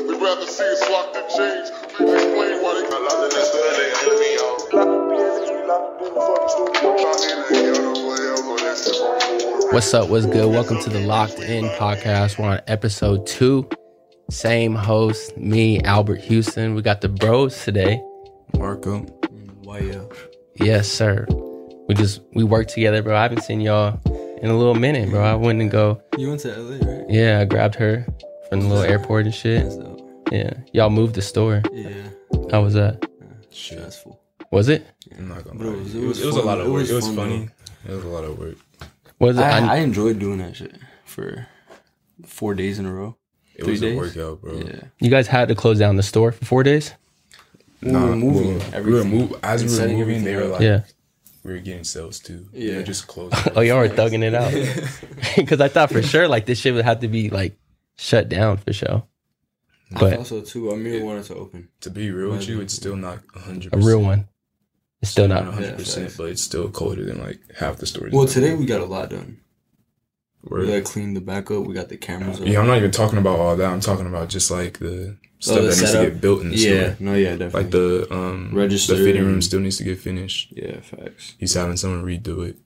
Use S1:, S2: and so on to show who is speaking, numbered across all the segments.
S1: MCs locked in chains. Please explain why they got locked in that cell. They ain't me out. Locked up in the locked up in the fucking studio. I need to get on the way up on that shit on board.
S2: What's up? What's good? Welcome to the Locked In podcast. We're on episode two. Same host, me, Albert Houston. We got the bros today.
S3: Marco. Why up?
S2: Yes, sir. We just we work together, bro. I haven't seen y'all in a little minute, bro. I went and go.
S3: You went to LA, right?
S2: Yeah, I grabbed her from the little airport and shit.
S3: That's dope.
S2: Yeah, y'all moved the store.
S3: Yeah.
S2: How was that?
S3: Stressful.
S2: Was it?
S4: I'm not gonna
S3: But it
S4: lie.
S3: was-
S4: It was,
S3: it
S4: it was,
S3: was
S4: a
S3: fun,
S4: lot
S3: though.
S4: of
S3: It
S4: work.
S3: was
S4: It was
S3: fun,
S4: funny. It was a lot of work.
S2: Was it?
S3: I, I
S2: I,
S3: enjoyed doing that shit for four days in a row.
S4: It
S3: Three
S4: was
S3: days?
S4: a workout, bro.
S3: Yeah.
S2: you guys had to close down the store for four days.
S3: When we were moving.
S4: well, we were
S3: everything.
S4: moving. As we were
S3: setting
S4: moving, they were
S3: everything
S4: like,
S2: Yeah.
S4: we were getting sales too.
S3: Yeah.
S4: Yeah, just close.
S2: Oh, y'all were thugging it out. Because I thought for sure like this shit would have to be like shut down for sure.
S3: I
S2: But
S3: thought so too. Amir wanted to open.
S4: to be real with you, it's still not 100.
S2: a real one, it's still
S4: Not
S2: not.
S4: 100, percent but it's still colder than like half the storage.
S3: Well, today we got a lot done. We
S4: Word.
S3: got cleaned the back up. We got the cameras up.
S4: yeah, I'm not even talking about all that. I'm talking about just like Oh, the stuff
S3: the
S4: that needs to
S3: setup?
S4: get built in the
S3: Yeah.
S4: store.
S3: No, yeah, definitely.
S4: Like the um
S3: Register
S4: the fitting room
S3: and-
S4: still needs to get finished.
S3: yeah, facts.
S4: He's having someone redo it.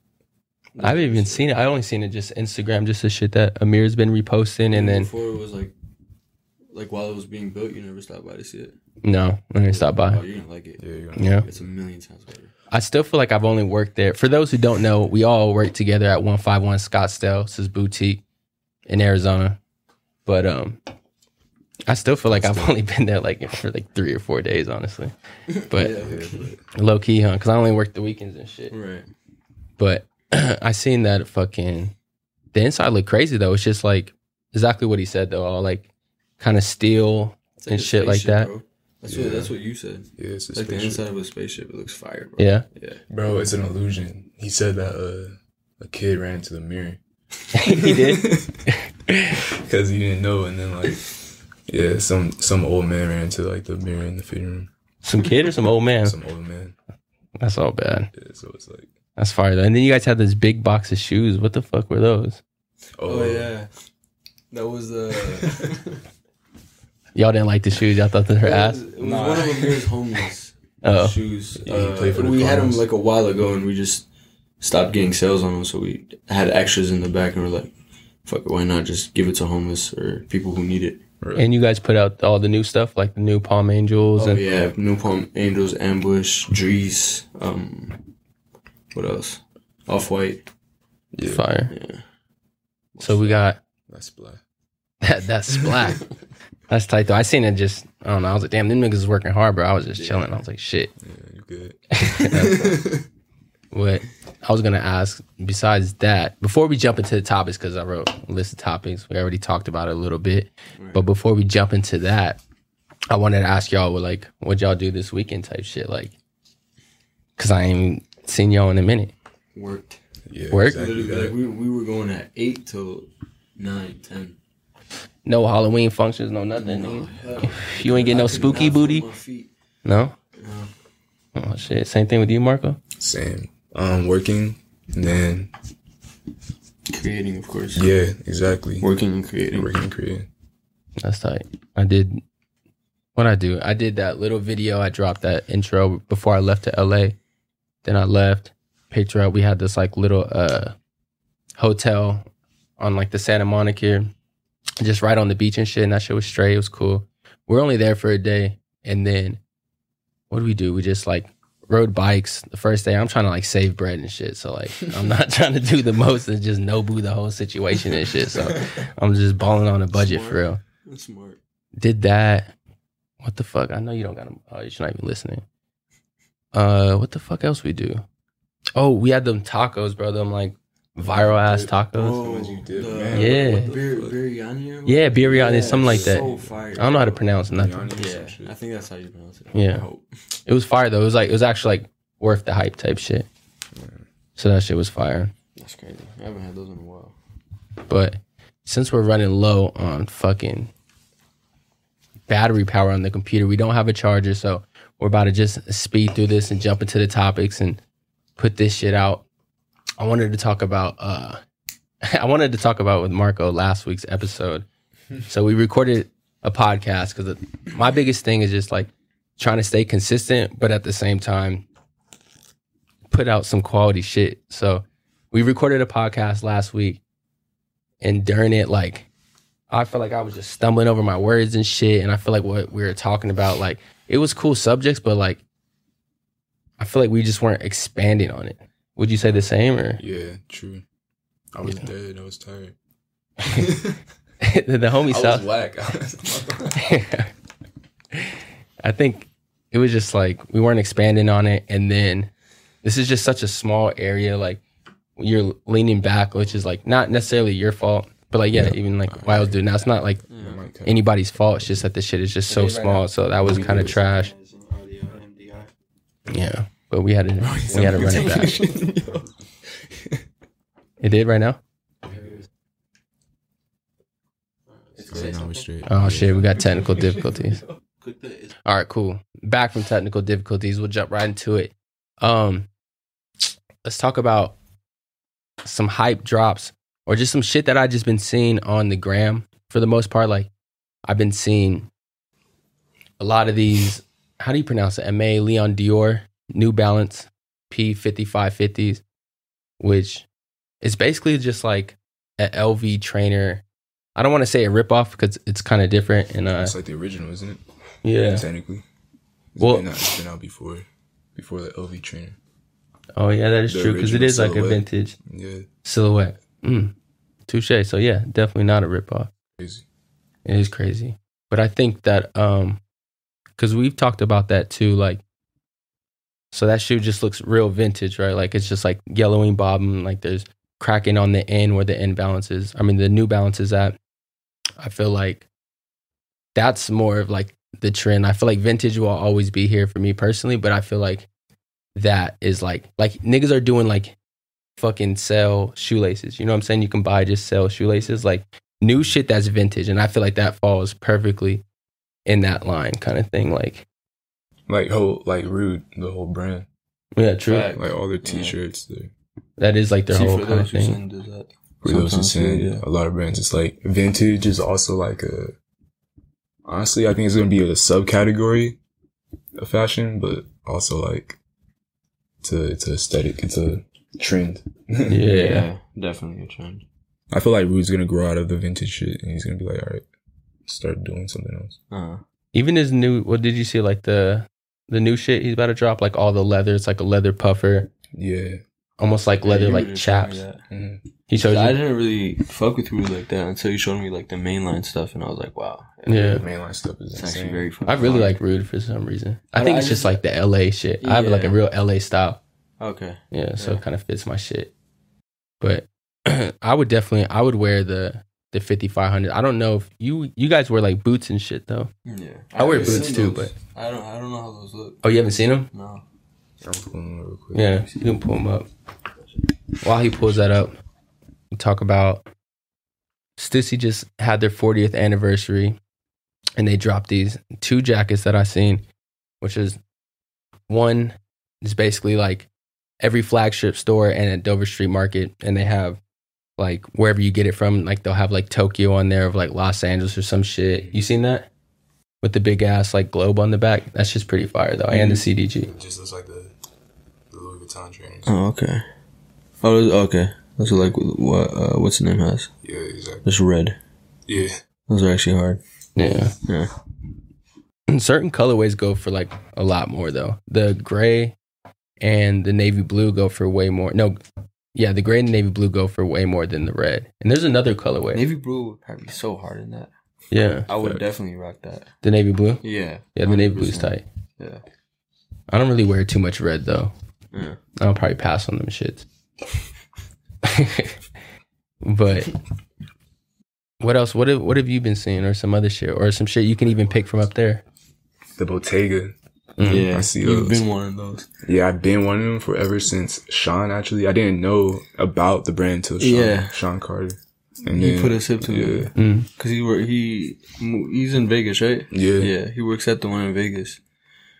S2: I haven't even seen it. I only seen it just Instagram, just the shit that Amir's been reposting, and then
S3: before it was like, like while it was being built, you never stopped by to see it.
S2: no, I didn't stop
S3: Oh,
S2: by.
S3: you're gonna like it.
S4: Yeah, you're gonna
S2: Yeah,
S3: It's a million times better.
S2: I still feel like I've only worked there. For those who don't know, we all work together at One Five One Scottsdale, this is boutique in Arizona. But um, I still feel like I've only been there like for like three or four days, honestly. But
S3: Yeah.
S2: low key, huh? Because I only work the weekends and shit.
S3: Right.
S2: But I seen that fucking the inside looked crazy though. It's just like exactly what he said though. All like kind of steel
S3: It's like
S2: and
S3: a
S2: shit like
S3: spaceship,
S2: that.
S3: bro. That's what that's what you said.
S4: Yeah, it's a
S3: Like the
S4: spaceship.
S3: inside of a spaceship, it looks fire, bro.
S2: Yeah.
S3: Yeah.
S4: Bro, it's an illusion. He said that uh, a kid ran into the mirror
S2: he did.
S4: because he didn't know, and then like, yeah, some some old man ran into like the mirror in the fitting room.
S2: Some kid or some old man.
S4: Some old man.
S2: That's all bad.
S4: Yeah, so it's like,
S2: That's fire though. And then you guys had this big box of shoes. What the fuck were those?
S4: oh,
S3: Oh yeah. That was uh
S2: Y'all didn't like the shoes. Y'all thought they were
S3: it was,
S2: ass.
S3: it was one of Amir's homeless
S2: Oh,
S3: shoes.
S4: Yeah, he
S3: Uh,
S4: played for the
S3: we had them
S4: Cardinals.
S3: like a while ago and we just stopped getting sales on them so we had extras in the back and we're like, fuck it, why not just give it to homeless or people who need it?
S2: and you guys put out all the new stuff like the new Palm Angels
S3: Oh
S2: and
S3: yeah, New Palm Angels, Ambush, Drees, um what else? Off white.
S4: yeah,
S2: fire.
S3: Yeah.
S2: So we got
S4: that's black.
S2: That that's black. that's tight though. I seen it just I don't know. I was like, damn, them niggas is working hard, bro. I was just chilling. I was like, shit.
S4: Yeah, you good?
S2: What I was gonna ask, besides that, before we jump into the topics, because I wrote a list of topics, we already talked about it a little bit. But before we jump into that, I wanted to ask y'all what like what y'all do this weekend type shit, like cause I ain't seen y'all in a minute.
S3: Worked.
S4: Yeah,
S2: Work?
S4: exactly
S3: Literally, like
S4: that.
S3: we, we were going at eight till nine, ten.
S2: No Halloween functions, no nothing. You ain't get no spooky booty? No? Oh shit. Same thing with you, Marco?
S4: Same. Um, working, and then
S3: Creating, of course.
S4: yeah, exactly.
S3: Working and creating.
S4: Working, creating.
S2: That's tight. I did what I do. I did that little video. I dropped that intro before I left to LA. Then I left. Picked her up. We had this like little uh hotel on like the Santa Monica here, just right on the beach and shit. And that shit was straight. It was cool. We We're only there for a day, and then what do we do? We just like rode bikes the first day. I'm trying to like save bread and shit, so like I'm not trying to do the most and just nobu the whole situation and shit. So I'm just balling on a budget for real
S3: That's smart.
S2: did that. What the fuck? I know you don't got them. Oh, you're not even listening. Uh, what the fuck else we do? Oh, we had them tacos, bro. Them like viral
S3: Oh,
S2: ass tacos.
S4: what you did,
S3: the-
S4: man.
S2: Yeah.
S3: what the Bir- biryani. or
S2: Yeah, biryani,
S3: Yeah,
S2: something like that.
S3: so fire.
S2: I don't know how to pronounce nothing.
S4: Beyond you, some
S3: Yeah,
S4: shit.
S3: I think that's how you pronounce it.
S2: Yeah.
S3: I hope.
S2: It was fire though. It was like it was actually like worth the hype type shit. So that shit was fire.
S3: That's crazy. I haven't had those in a while.
S2: But since we're running low on fucking battery power on the computer, we don't have a charger, so we're about to just speed through this and jump into the topics and put this shit out. I wanted to talk about uh I wanted to talk about with Marco last week's episode. So we recorded a podcast because my biggest thing is just like trying to stay consistent, but at the same time, put out some quality shit. So we recorded a podcast last week, and during it, like I felt like I was just stumbling over my words and shit, and I feel like what we were talking about, like it was cool subjects, but like I feel like we just weren't expanding on it. Would you say the same or?
S4: Yeah, true. I was
S2: Yeah.
S4: dead. I was tired.
S2: the, the homie
S4: I
S2: South.
S4: was whack. I was-
S2: I think it was just like we weren't expanding on it, and then this is just such a small area. Like you're leaning back, which is like not necessarily your fault, but like yeah, even like Wild dude. Now it's not like
S4: My mic cut.
S2: anybody's fault. It's just that the shit is just so
S3: Okay, right
S2: small.
S3: now.
S2: So that was kind of trash. Yeah, but we had to we had to run it back. It did right now.
S4: Right now we straight.
S2: Oh shit, we got technical difficulties.
S3: Click the it's
S2: All right, cool. Back from technical difficulties, we'll jump right into it. Um, let's talk about some hype drops or just some shit that I just been seeing on the gram for the most part. Like I've been seeing a lot of these. How do you pronounce it? Ma Leon Dior New Balance P fifty five fifties, which is basically just like a LV trainer. I don't want to say a ripoff because it's kind of different and uh
S4: It's like the original, isn't it?
S2: yeah.
S4: Technically. It's
S2: Well-
S4: been out, it's been out before, before the LV trainer.
S2: Oh yeah, that is
S4: The
S2: true because it
S4: original
S2: is like a
S4: silhouette.
S2: vintage
S4: Yeah,
S2: silhouette. Mm. Touche. So yeah, definitely not a ripoff.
S4: crazy.
S2: It is crazy, but I think that um, because we've talked about that too. Like, so that shoe just looks real vintage, right? Like it's just like yellowing bobbing. Like there's cracking on the end where the end balance is. I mean, the new balance is at. I feel like that's more of like the trend. I feel like vintage will always be here for me personally, but I feel like that is like like niggas are doing like fucking sell shoelaces. You know what I'm saying? You can buy just sell shoelaces like new shit that's vintage and I feel like that falls perfectly in that line kind of thing like
S4: Like whole, like rude, the whole brand,
S2: yeah, true.
S3: Fact.
S4: like all their
S3: Yeah.
S4: T-shirts. Their,
S2: That is like their
S3: See,
S2: whole
S3: for
S2: kind of
S3: those who
S2: thing.
S3: send us that.
S4: for those who
S3: Sometimes,
S4: send
S3: yeah.
S4: a lot of brands, it's like vintage is also like a. Honestly, I think it's gonna be a subcategory of fashion, but also like, it's a it's an aesthetic, it's a trend.
S2: Yeah.
S3: definitely a trend.
S4: I feel like Rude's gonna grow out of the vintage shit, and he's gonna be like, all right, start doing something else.
S3: Uh,
S2: Even his new what did you see like the the new shit he's about to drop like all the leather it's like a leather puffer
S4: Yeah.
S2: almost like leather
S3: you
S2: like
S3: would've shown me
S2: chaps.
S3: that.
S4: Mhm.
S2: He showed
S3: I
S2: you
S3: didn't really fuck with Rude like that until you showed me like the mainline stuff, and I was like, wow.
S2: Yeah.
S4: The mainline stuff is
S3: It's
S4: insane.
S3: actually very fun.
S2: I really like Rude for some reason. I
S3: I-
S2: think
S3: I
S2: it's just
S3: just-
S2: like the LA shit. I have like a
S3: Yeah.
S2: real LA style.
S3: Okay.
S2: Yeah, so
S3: Yeah.
S2: it kind of fits my shit. But I would definitely I would wear the the 5500. I don't know if you you guys wear like boots and shit though.
S3: Yeah.
S2: I wear
S3: haven't seen
S2: boots too,
S3: those.
S2: but
S3: I don't. I don't know how those look.
S2: Oh, you haven't seen them?
S3: No.
S4: I'm pulling it real quick.
S2: Yeah, you can pull them up. While he pulls that up, we talk about Stussy just had their 40th anniversary and they dropped these two jackets that I seen, which is one is basically like every flagship store and at Dover Street Market, and they have like wherever you get it from, like they'll have like Tokyo on there of like Los Angeles or some shit. You seen that? With the big ass like globe on the back. That's just pretty fire though. And the CDG.
S4: It just looks like the, the Louis Vuitton trainers.
S3: Oh, okay. Oh, those, okay. Those are like what? Uh, what's the name has?
S4: Yeah, exactly.
S3: Just red.
S4: Yeah.
S3: Those are actually hard.
S2: Yeah.
S3: Yeah.
S2: certain colorways go for like a lot more though. The gray and the navy blue go for way more. No, yeah, the gray and navy blue go for way more than the red. And there's another colorway.
S3: Navy blue would probably be so hard in that.
S2: yeah,
S3: I would definitely rock that.
S2: the navy blue.
S3: Yeah.
S2: Yeah, the navy blue's
S3: 100%.
S2: tight.
S3: Yeah.
S2: I don't really wear too much red though.
S3: Yeah.
S2: I'll probably pass on them shits. but what else? What have what have you been seeing, or some other shit, or some shit you can even pick from up there?
S4: The Bottega.
S2: Mm.
S3: Yeah.
S4: I see
S3: You've
S4: those.
S3: been one of those.
S4: Yeah, I've been wanting them forever since Sean. Actually, I didn't know about the brand until Sean,
S3: Yeah.
S4: Sean Carter. And
S3: He
S4: then-
S3: put us up to
S4: yeah,
S3: it
S2: Mm.
S3: because he work. He he's in Vegas, right?
S4: yeah,
S3: Yeah. He works at the one in Vegas.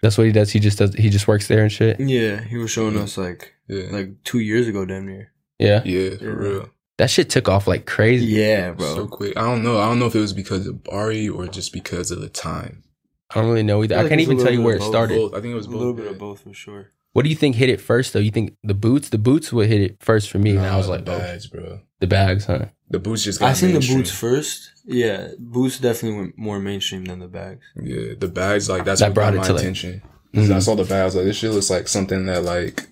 S2: That's what he does. He just does. He just works there and shit.
S3: Yeah. He was showing us like
S4: yeah,
S3: like two years ago, damn near.
S2: Yeah.
S4: yeah,
S3: Yeah.
S4: for real.
S2: That shit took off like crazy.
S3: Yeah,
S4: so
S3: bro.
S4: quick. I don't know. I don't know if it was because of Bari or just because of the time.
S2: I don't really know either.
S3: I
S2: I,
S3: feel like
S2: can't
S3: it's a
S2: even tell
S3: little
S2: you
S3: bit
S2: where
S3: of
S2: it
S3: both.
S2: started.
S4: Both. I think it was
S3: a
S4: both.
S3: little bit
S4: good.
S3: of both for sure.
S2: What do you think hit it first though? You think the boots? The boots would hit it first for me, and
S4: Nah,
S2: I was
S4: the
S2: like, oh,
S4: bags, bro.
S2: the bags, huh?
S4: The boots just. Got
S3: I seen the
S4: mainstream.
S3: boots first. Yeah, boots definitely went more mainstream than the bags.
S4: Yeah, the bags like that's
S2: That
S4: what
S2: brought
S4: brought
S2: it to,
S4: my
S2: Mm-hmm. like-
S4: attention. 'Cause I saw the bags like this shit looks like something that like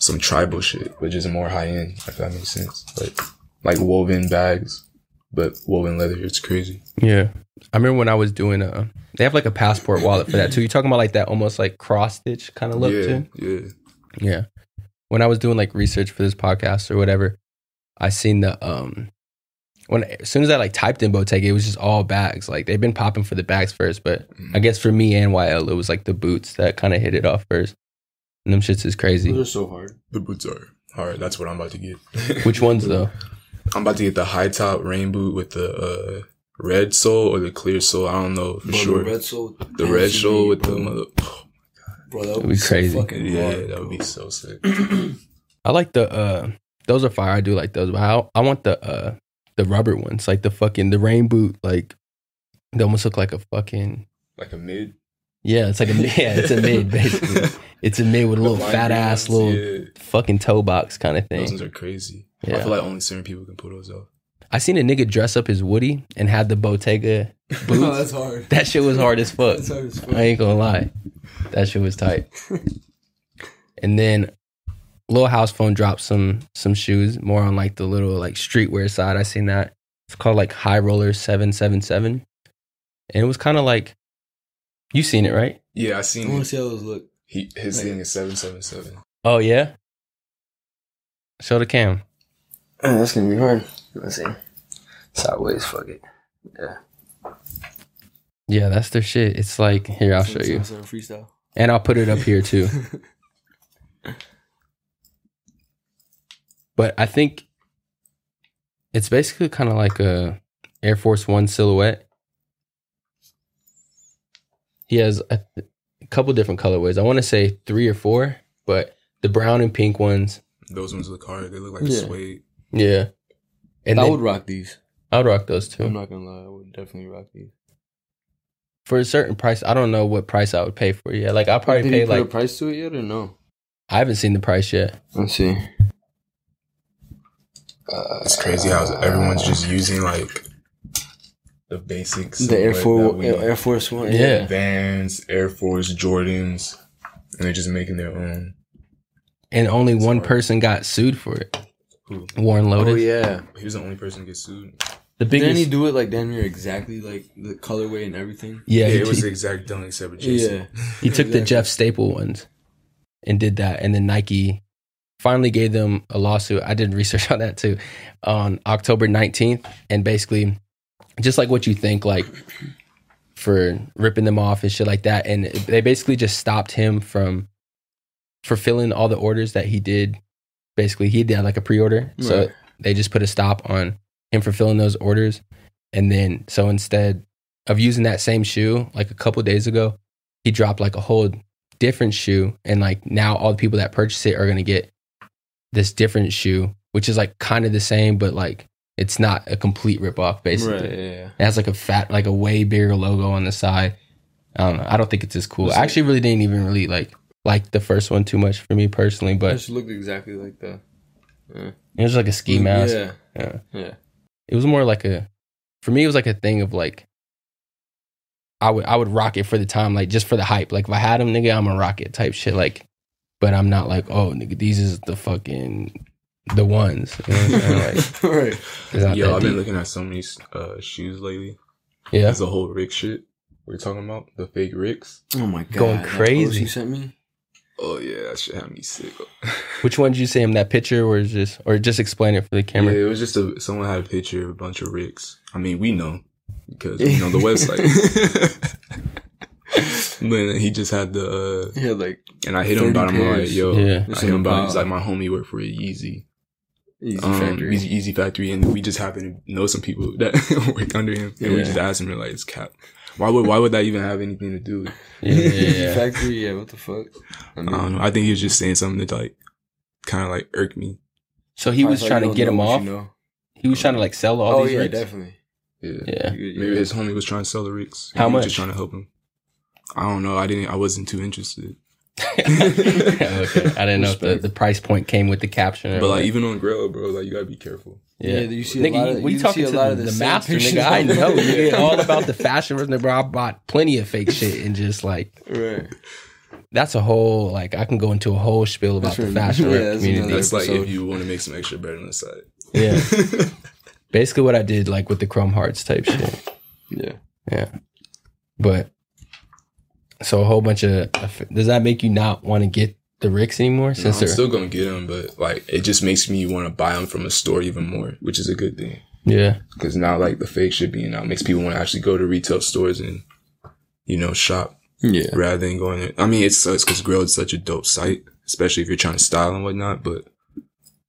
S4: some tribal shit, but just more high end. If that makes sense, like like woven bags, but woven leather. It's crazy.
S2: Yeah, I remember when I was doing a. They have like a passport wallet for that too. You're talking about like that almost like cross stitch kind of look
S4: yeah,
S2: too.
S4: yeah.
S2: Yeah. When I was doing like research for this podcast or whatever, I seen the um when as soon as I like typed in Bottega, it was just all bags. Like they've been popping for the bags first, but I
S3: Mm.
S2: guess for me and YL, it was like the boots that kind of hit it off first. And them shits is
S3: Those
S2: crazy.
S3: are so hard.
S4: The boots are all right. That's what I'm about to get.
S2: Which ones though?
S4: I'm about to get the high top rain boot with the uh, red sole or the clear sole. I don't know for
S3: Bro,
S4: sure.
S3: The red sole.
S4: The red sole with the
S3: bro.
S4: mother.
S3: Bro, that
S2: It'd
S3: would
S2: be
S3: be
S2: crazy.
S3: crazy. fucking
S4: Yeah,
S3: hard,
S4: that would
S3: bro.
S4: be so sick.
S2: I like the uh those are fire. I do like those, but I I want the uh the rubber ones, like the fucking the rain boot, like they almost look like a fucking
S4: Like a mid.
S2: yeah, it's like a yeah, it's a mid basically. It's a mid with a little
S4: The
S2: fat
S4: lime
S2: ass
S4: greens,
S2: little
S4: yeah.
S2: fucking toe box kind of
S4: Those
S2: thing.
S4: ones are crazy. I
S2: Yeah.
S4: feel like only certain people can pull those off.
S2: I seen a nigga dress up as Woody and had the Bottega
S3: No,
S2: boots.
S3: that's hard.
S2: that shit was hard as fuck.
S3: That's hard as fuck.
S2: I ain't gonna lie. That shit was tight. and then Lil House Phone dropped some some shoes more on like the little like streetwear side. I seen that. It's called like High Roller 777. And it was kind of like you seen it, right?
S4: Yeah, I
S3: I
S4: seen
S3: want to
S4: it.
S3: see how those look.
S4: He, his thing is seven seven seven.
S2: Oh yeah. Show the cam.
S5: Oh, that's gonna be hard. Let's see. Sideways, fuck it.
S2: Yeah, that's their shit. It's like here, I'll show you.
S3: Some Freestyle.
S2: And I'll put it up here too. but I think it's basically kind of like a Air Force One silhouette. He has a, th- a couple different colorways. I want to say three or four, but the brown and pink ones.
S4: Those ones look hard. They look like
S3: Yeah.
S4: suede.
S2: Yeah, and
S3: I
S2: then-
S3: would rock these.
S2: I would rock those too
S3: I'm not gonna lie. I would definitely rock these.
S2: for a certain price. I don't know what price I would pay for. it yet. like I probably
S3: Did
S2: pay
S3: he put
S2: like
S3: a price to it yet or no?
S2: I haven't seen the price yet.
S3: Let's see.
S4: It's crazy how everyone's just using like the basics.
S3: The Air Force,
S4: Force,
S3: Air Force One.
S2: Yeah.
S4: Vans, Air Force, Jordans, and they're just making their own.
S2: and only one
S4: hard.
S2: person got sued for it.
S4: Who?
S2: Warren Lotus.
S3: Oh yeah.
S4: He was the only person to get sued.
S2: The
S3: Didn't he
S2: biggest.
S3: do it like damn near exactly like the colorway and everything?
S2: Yeah,
S4: Yeah,
S2: he,
S4: it was
S2: he-
S4: the exact done except for Jason.
S3: Yeah.
S2: he took the
S3: exactly.
S2: Jeff Staple ones and did that, and then Nike finally gave them a lawsuit. I did research on that too on October nineteenth, and basically, just like what you think, like for ripping them off and shit like that, and they basically just stopped him from fulfilling all the orders that he did. Basically, he did like a pre-order, so
S3: Right.
S2: they just put a stop on him fulfilling those orders. And then, so instead of using that same shoe, like a couple days ago, he dropped like a whole different shoe. And like now, all the people that purchase it are going to get this different shoe, which is like kind of the same, but like it's not a complete ripoff, basically.
S3: Right. Yeah.
S2: It has like a fat, like a way bigger logo on the side. I don't know. I don't think it's as cool. I actually really didn't even really like like the first one too much for me personally,
S3: It
S2: but
S3: just looked exactly like the
S2: it was like a ski mask.
S3: Yeah.
S2: Yeah.
S3: Yeah.
S2: it was more like a for me it was like a thing of like I would I would rock it for the time, like just for the hype. Like if I had them, nigga, I'm a rocket type shit. Like, but I'm not like, oh, nigga, these is the fucking the ones. You know what I'm saying? Like,
S3: right.
S2: it's not
S4: Yo,
S2: that
S4: I've been
S2: deep.
S4: looking at so many uh, shoes lately.
S2: yeah,
S4: There's a whole Rick shit we're talking about. The fake Ricks.
S3: Oh my god.
S2: Going
S3: that post
S2: crazy.
S3: You sent me.
S4: Oh yeah, that shit had me sick.
S2: which one did you say in that picture, or is just or just explain it for the camera?
S4: Yeah, it was just a someone had a picture of a bunch of Ricks. I mean, we know because we know the website. But he just had the, uh,
S3: Yeah. Like.
S4: and I hit
S3: 30
S4: him about. it. I'm like,
S3: pairs.
S4: yo,
S2: Yeah.
S4: I hit him about. it. He's
S3: Wow.
S4: like, my homie worked for Yeezy,
S3: Easy
S4: um,
S3: factory.
S4: Yeezy, Yeezy Factory, and we just happen to know some people that work under him, and we
S3: Yeah.
S4: just asked him, we're like, it's cap. Why would why would that even have anything to do? with
S2: Yeah, yeah,
S3: Easy
S2: yeah.
S3: factory. Yeah. What the fuck? I
S4: I
S3: mean,
S4: don't know. I think he was just saying something that like kind of like irked me.
S2: So he was
S3: Probably
S2: trying to
S3: don't
S2: get
S3: know
S2: him
S3: what you
S2: off.
S3: know.
S2: He was trying to like sell all
S3: oh
S2: these
S3: yeah,
S2: rigs.
S3: definitely.
S4: Yeah.
S2: Yeah.
S3: You- you-
S4: Maybe his homie was trying to sell the Ricks.
S2: How
S4: he was
S2: much?
S4: Just trying to help him. I don't know. I didn't. I wasn't too interested.
S2: okay. I didn't know if the,
S4: Respect.
S2: the price point came with the caption. Or
S4: But like
S2: what.
S4: even on Grail, bro, like you gotta be careful.
S3: Yeah, you see a
S2: nigga,
S3: lot
S2: you-
S3: of-
S2: we
S3: you
S2: talking
S3: see a
S2: to
S3: lot
S2: the,
S3: of the
S2: the
S3: same
S2: master,
S3: pictures
S2: nigga. I
S3: on
S2: know,
S3: there.
S2: nigga, all about the fashion, bro. I bought plenty of fake shit and just like
S3: Right.
S2: that's a whole like I can go into a whole spiel about
S3: That's
S2: the
S3: right.
S2: fashion
S3: Yeah,
S2: rep
S3: that's
S2: community.
S3: another-
S4: That's like
S3: episode.
S4: if you want to make some extra bread on the side.
S2: Yeah, basically what I did like with the Chrome Hearts type shit.
S3: Yeah.
S2: But so a whole bunch of does that make you not want to get the Ricks anymore?
S4: No, I'm
S2: Since they're
S4: still gonna get them, but like it just makes me want to buy them from a store even more, which is a good thing.
S2: yeah,
S4: Because now like the fake shit being out makes people want to actually go to retail stores and you know shop
S3: Yeah.
S4: rather than going. In. I mean, it sucks because Grail is such a dope site, especially if you're trying to style and whatnot. But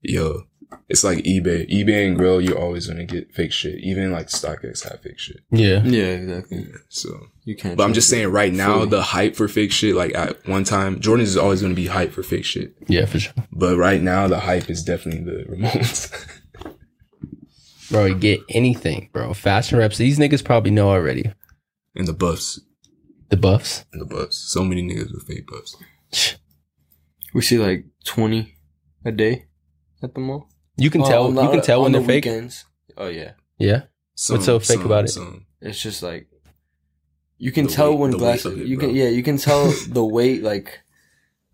S4: yo, it's like eBay. eBay and Grail, you're always gonna get fake shit. Even like StockX have fake shit.
S2: yeah,
S3: Yeah, exactly.
S4: So,
S3: You can't.
S4: but I'm just
S3: trust
S4: saying, right now
S3: Fully.
S4: the hype for fake shit, like at one time, Jordan's is always gonna be hype for fake shit.
S2: yeah, for sure,
S4: But right now, the hype is definitely the Ramones.
S2: bro. You get anything, bro. Fashion reps, these niggas probably know already.
S4: and the buffs.
S2: The buffs.
S4: And the buffs. So many niggas with fake buffs.
S3: it. We see like 20 a day at the mall.
S2: You can
S3: Oh,
S2: tell.
S3: not
S2: you can tell
S3: on
S2: when they're
S3: the
S2: fake.
S3: Weekends. Oh yeah.
S2: Yeah,
S4: Some-
S2: so fake
S4: some-
S2: about it?
S4: some.
S3: It's just like you can
S4: The
S3: tell
S4: weight-
S3: when
S4: the weight
S3: glass.
S4: of it,
S3: You
S4: bro.
S3: can yeah. You can tell the weight like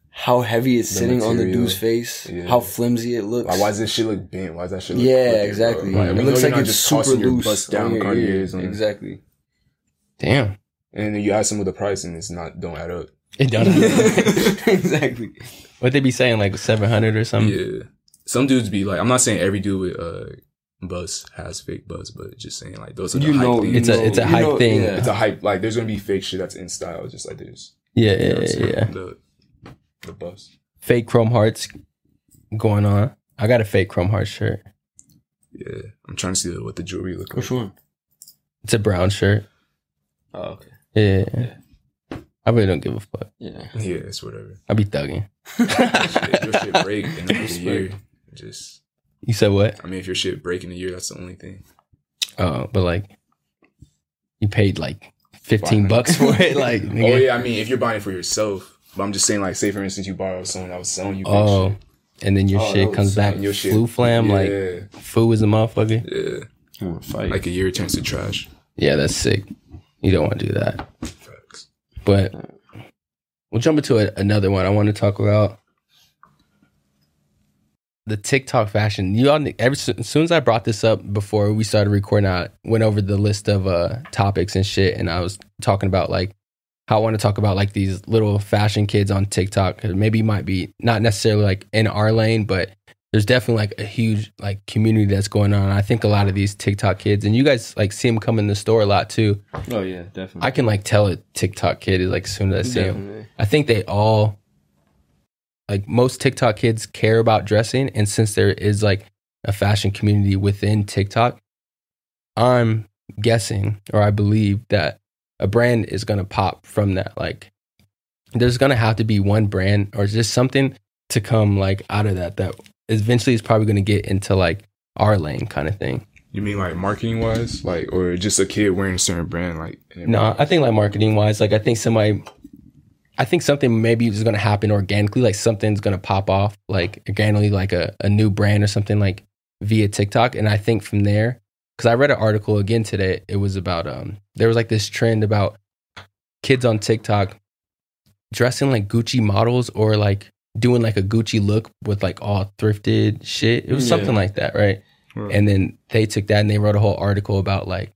S3: how heavy it's
S4: The
S3: sitting on the
S4: material.
S3: dude's face.
S4: Yeah.
S3: How flimsy it looks.
S4: Like, why does this shit look bent? Why does that shit look
S3: yeah,
S4: crooked, bro?
S3: exactly.
S4: Like,
S3: it
S4: we know
S3: looks
S4: you're
S3: like
S4: not
S3: it's
S4: just
S3: super
S4: tossing your
S3: loose.
S4: bust
S3: on
S4: down
S3: your
S4: Cartiers
S3: ear.
S4: on-
S3: Exactly.
S2: damn.
S4: And then you ask them what the price and it's not, don't add up.
S2: It don't.
S3: exactly.
S2: what they be saying like seven hundred or something.
S4: yeah. Um, Some dudes be like, I'm not saying every dude with uh, bus has fake buzz, but just saying like those are the
S3: You
S4: hype
S3: know-
S4: things.
S3: you
S2: It's a it's a
S3: You
S2: hype
S3: know-
S2: thing.
S3: yeah.
S2: Yeah,
S4: It's a hype. Like there's gonna be fake shit that's in style, just like there's
S2: yeah,
S4: you know
S2: yeah.
S4: what I'm saying?
S2: yeah.
S4: the the buffs.
S2: Fake Chrome Hearts going on. I got a fake Chrome Hearts shirt.
S4: Yeah, I'm trying to see what the jewelry look like.
S3: Which one?
S2: It's a brown shirt.
S3: Oh okay.
S2: Yeah. I really don't give a fuck.
S3: Yeah.
S4: Yeah, it's whatever.
S2: I be thugging.
S4: Shit, your shit break in the
S3: Respect.
S4: year. Just,
S2: You said what?
S4: I mean, if your shit break in a year, that's the only thing.
S2: Oh, but like, you paid like fifteen bucks for it. Like,
S4: Oh
S2: nigga.
S4: yeah, I mean, if you're buying it for yourself, but I'm just saying, like, say for instance, you borrow someone that was selling you.
S2: oh,
S4: fake shit.
S2: and then your
S4: Oh, that
S2: shit
S4: was
S2: comes back.
S4: something. Your shit-
S2: flu flam.
S4: yeah,
S2: Like, foo is a motherfucker.
S4: yeah,
S3: I want to fight.
S4: like a year turns to trash.
S2: Yeah, that's sick. You don't want to do that.
S4: Facts.
S2: But we'll jump into a, another one. I want to talk about the TikTok fashion. You all, kn- ever s- as soon as I brought this up before we started recording, I went over the list of uh, topics and shit, and I was talking about like how I want to talk about like these little fashion kids on TikTok. 'cause Maybe you might be not necessarily like in our lane, but there's definitely like a huge like community that's going on. I think a lot of these TikTok kids, and you guys like see them come in the store a lot too.
S3: oh yeah, definitely.
S2: I can like tell a TikTok kid is like as soon as I see him.
S3: Definitely.
S2: I think they all like most TikTok kids care about dressing, and since there is like a fashion community within TikTok, I'm guessing or I believe that a brand is gonna pop from that. Like, there's gonna have to be one brand or just something to come like out of that that eventually is probably gonna get into like our lane kind of thing.
S4: You mean like marketing wise, like, or just a kid wearing a certain brand, like? and
S2: No, I think like marketing wise, like I think somebody, I think something maybe is going to happen organically. Like something's going to pop off, like organically, like a, a new brand or something like via TikTok. And I think from there, because I read an article again today, it was about um there was like this trend about kids on TikTok dressing like Gucci models or like doing like a Gucci look with like all thrifted shit. It was
S3: Yeah.
S2: something like that, right?
S4: Right.
S2: And then they took that and they wrote a whole article about like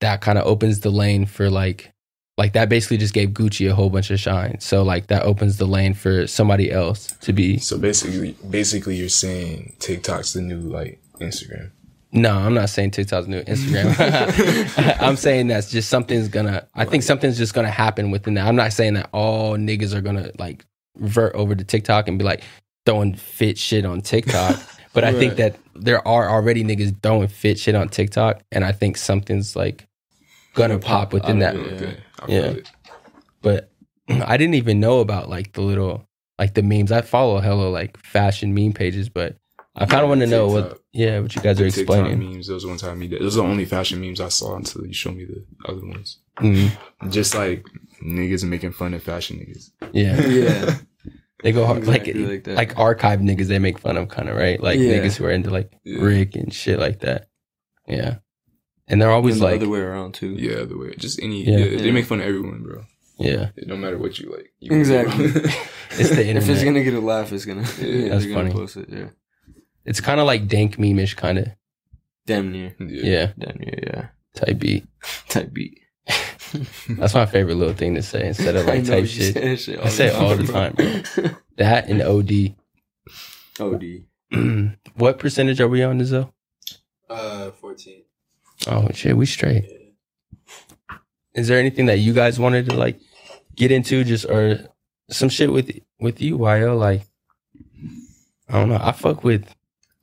S2: that kind of opens the lane for like like that basically just gave Gucci a whole bunch of shine. So like that opens the lane for somebody else to be
S4: So basically, basically, you're saying TikTok's the new like Instagram.
S2: No, I'm not saying TikTok's new Instagram. I'm saying that's just something's gonna I think something's just gonna happen within that. I'm not saying that all niggas are gonna like revert over to TikTok and be like throwing fit shit on TikTok. But I think
S3: Right.
S2: that there are already niggas throwing fit shit on TikTok and I think something's like gonna pop
S3: pop out
S2: within that.
S3: of it. Yeah.
S4: Okay, I
S2: Yeah.
S4: feel it.
S2: But I didn't even know about like the little like the memes. I follow hello like fashion meme pages, but I kind of want to know what,
S4: TikTok.
S2: yeah, what you guys are
S4: The TikTok
S2: explaining.
S4: memes. Those one time me. Those are the only fashion memes I saw until you showed me the other ones.
S2: Mm,
S4: Just like niggas making fun of fashion niggas.
S2: yeah,
S3: Yeah,
S2: they go hard,
S3: Exactly
S2: like
S3: like that.
S2: like archive niggas they make fun of, kind of right, like
S3: Yeah.
S2: niggas who are into like
S4: Yeah.
S2: Rick and shit like that. Yeah, and they're always
S3: and the
S2: like,
S3: other way around too.
S4: Yeah, the way. Just any.
S2: Yeah.
S4: Yeah, they
S3: Yeah.
S4: make fun of everyone, bro.
S2: yeah,
S4: It don't matter what you like. You
S3: Exactly.
S2: it's the internet.
S3: If it's
S2: It's,
S3: gonna get a laugh, it's gonna.
S4: Yeah,
S2: that's
S3: they're
S2: funny.
S3: Gonna post it, yeah,
S2: kind of like dank memeish kind of,
S3: damn near,
S4: yeah.
S2: yeah,
S3: damn near, yeah.
S2: type beat.
S3: Type beat.
S2: That's my favorite little thing to say instead of
S3: I
S2: like
S3: know
S2: type
S3: you
S2: shit.
S3: say that shit
S2: I say it all the time, That and OD.
S3: bro. OD.
S2: what percentage are we on, Nizzo?
S6: Uh, 14.
S2: Oh shit, we straight. Is there anything that you guys wanted to like get into, just or some shit with with you, Yo? Like, I don't know. I fuck with,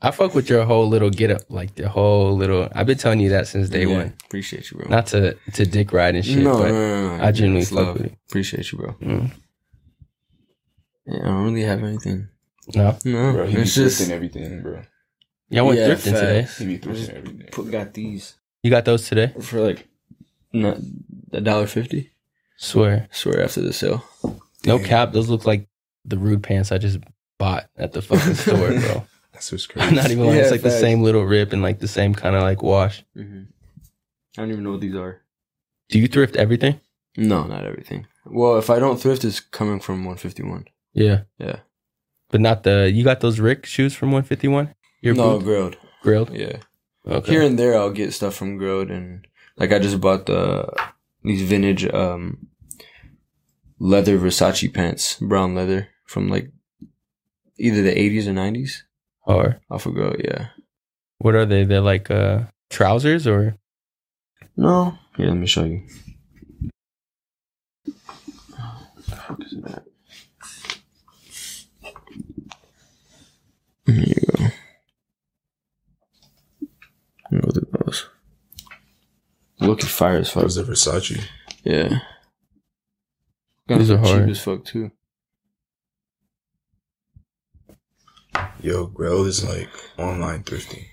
S2: I fuck with your whole little get up, like the whole little. I've been telling you that since day
S3: Yeah,
S2: one.
S3: Appreciate you, bro.
S2: Not to to dick ride and shit,
S3: no,
S2: but
S3: no, no, no,
S2: I genuinely
S3: It's
S2: fuck
S3: love.
S2: with it.
S3: Appreciate you, bro.
S2: Mm.
S3: Yeah, I don't really have anything.
S2: no.
S3: No,
S4: Bro, he be
S3: it's just
S4: thrifting everything, bro.
S2: Y'all went
S3: Yeah,
S2: thrifting today.
S3: facts.
S4: He be
S3: I just
S4: thrifting everything.
S3: put, got these
S2: You got those today?
S3: for like not a dollar fifty.
S2: Swear.
S3: Swear after the sale.
S2: No
S4: Damn.
S2: cap. Those look like the rude pants I just bought at the fucking store, bro.
S4: That's what's crazy.
S2: I'm not even lying.
S3: Yeah,
S2: it's like the
S3: facts.
S2: same little rip and like the same kind of like wash.
S3: Mm-hmm. I don't even know what these are.
S2: Do you thrift everything?
S3: No, not everything. Well, if I don't thrift, it's coming from one fifty one.
S2: Yeah.
S3: Yeah.
S2: But not the. You got those Rick shoes from 151? Your
S3: No,
S2: boot-
S3: grilled.
S2: grilled.
S3: Yeah.
S2: Okay.
S3: Here and there, I'll get stuff from Grode, and like I just bought the these vintage um leather Versace pants, brown leather from like either the eighties or nineties
S2: Or
S3: off of Grode. Yeah.
S2: what are they? They're like uh trousers or
S3: No. Here, let me show you. Here you go. Let me go through those. Look at fire as
S4: That
S3: fuck.
S4: was a Versace.
S3: Yeah.
S2: These are hard.
S3: Cheap as fuck too.
S4: Yo, Grell is like online thrifting.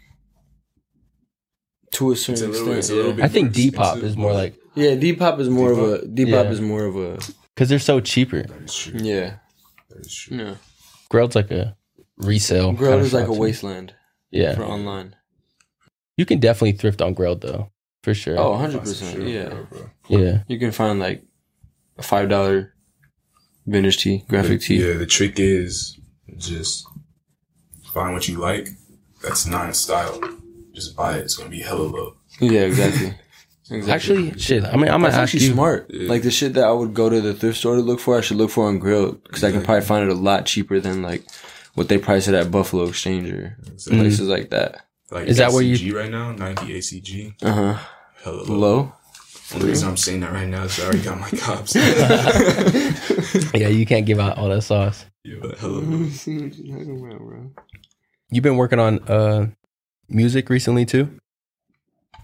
S3: To a
S4: It's a
S3: certain
S4: little-
S3: extent.
S4: it's a
S3: yeah.
S4: little bit-
S2: I think
S4: They're
S2: Depop
S4: expensive,
S2: is more
S4: but-
S2: like
S3: yeah, Depop is more of a Depop
S2: Yeah.
S3: is more of a
S2: because they're so cheaper.
S4: That is true.
S3: yeah.
S4: That is true.
S3: Yeah.
S2: Grilled's like a resale.
S3: Grode
S2: kinda
S3: is like
S2: shop to
S3: a
S2: me.
S3: wasteland
S2: Yeah,
S3: for online.
S2: you can definitely thrift on Grilled though, for sure.
S3: Oh, 100
S4: That's for
S3: percent.
S4: sure,
S3: Yeah.
S4: bro, bro.
S2: yeah.
S3: You can find like a five dollar vintage tee, graphic tee.
S4: Yeah, the trick is just find what you like. That's not in style. Just buy it. It's gonna be hella low.
S3: Yeah, exactly. exactly.
S2: Actually, shit. I mean, I'm gonna
S3: that's
S2: ask
S3: actually
S2: you.
S3: smart.
S4: Yeah.
S3: Like the shit that I would go to the thrift store to look for, I should look for on Grill because I can probably find it a lot cheaper than like what they price it at Buffalo Exchange or
S4: Exactly.
S3: places like Mm. that.
S4: Like
S2: Is that where you-
S4: ACG right now? Nike ACG.
S3: Uh huh.
S4: Hella low.
S3: Low.
S4: Only reason I'm saying that right now is I already got my cops.
S2: Yeah, you can't give out all that sauce.
S4: Yo, hella low.
S3: see what you're talking about, bro.
S2: You've been working on uh music recently too.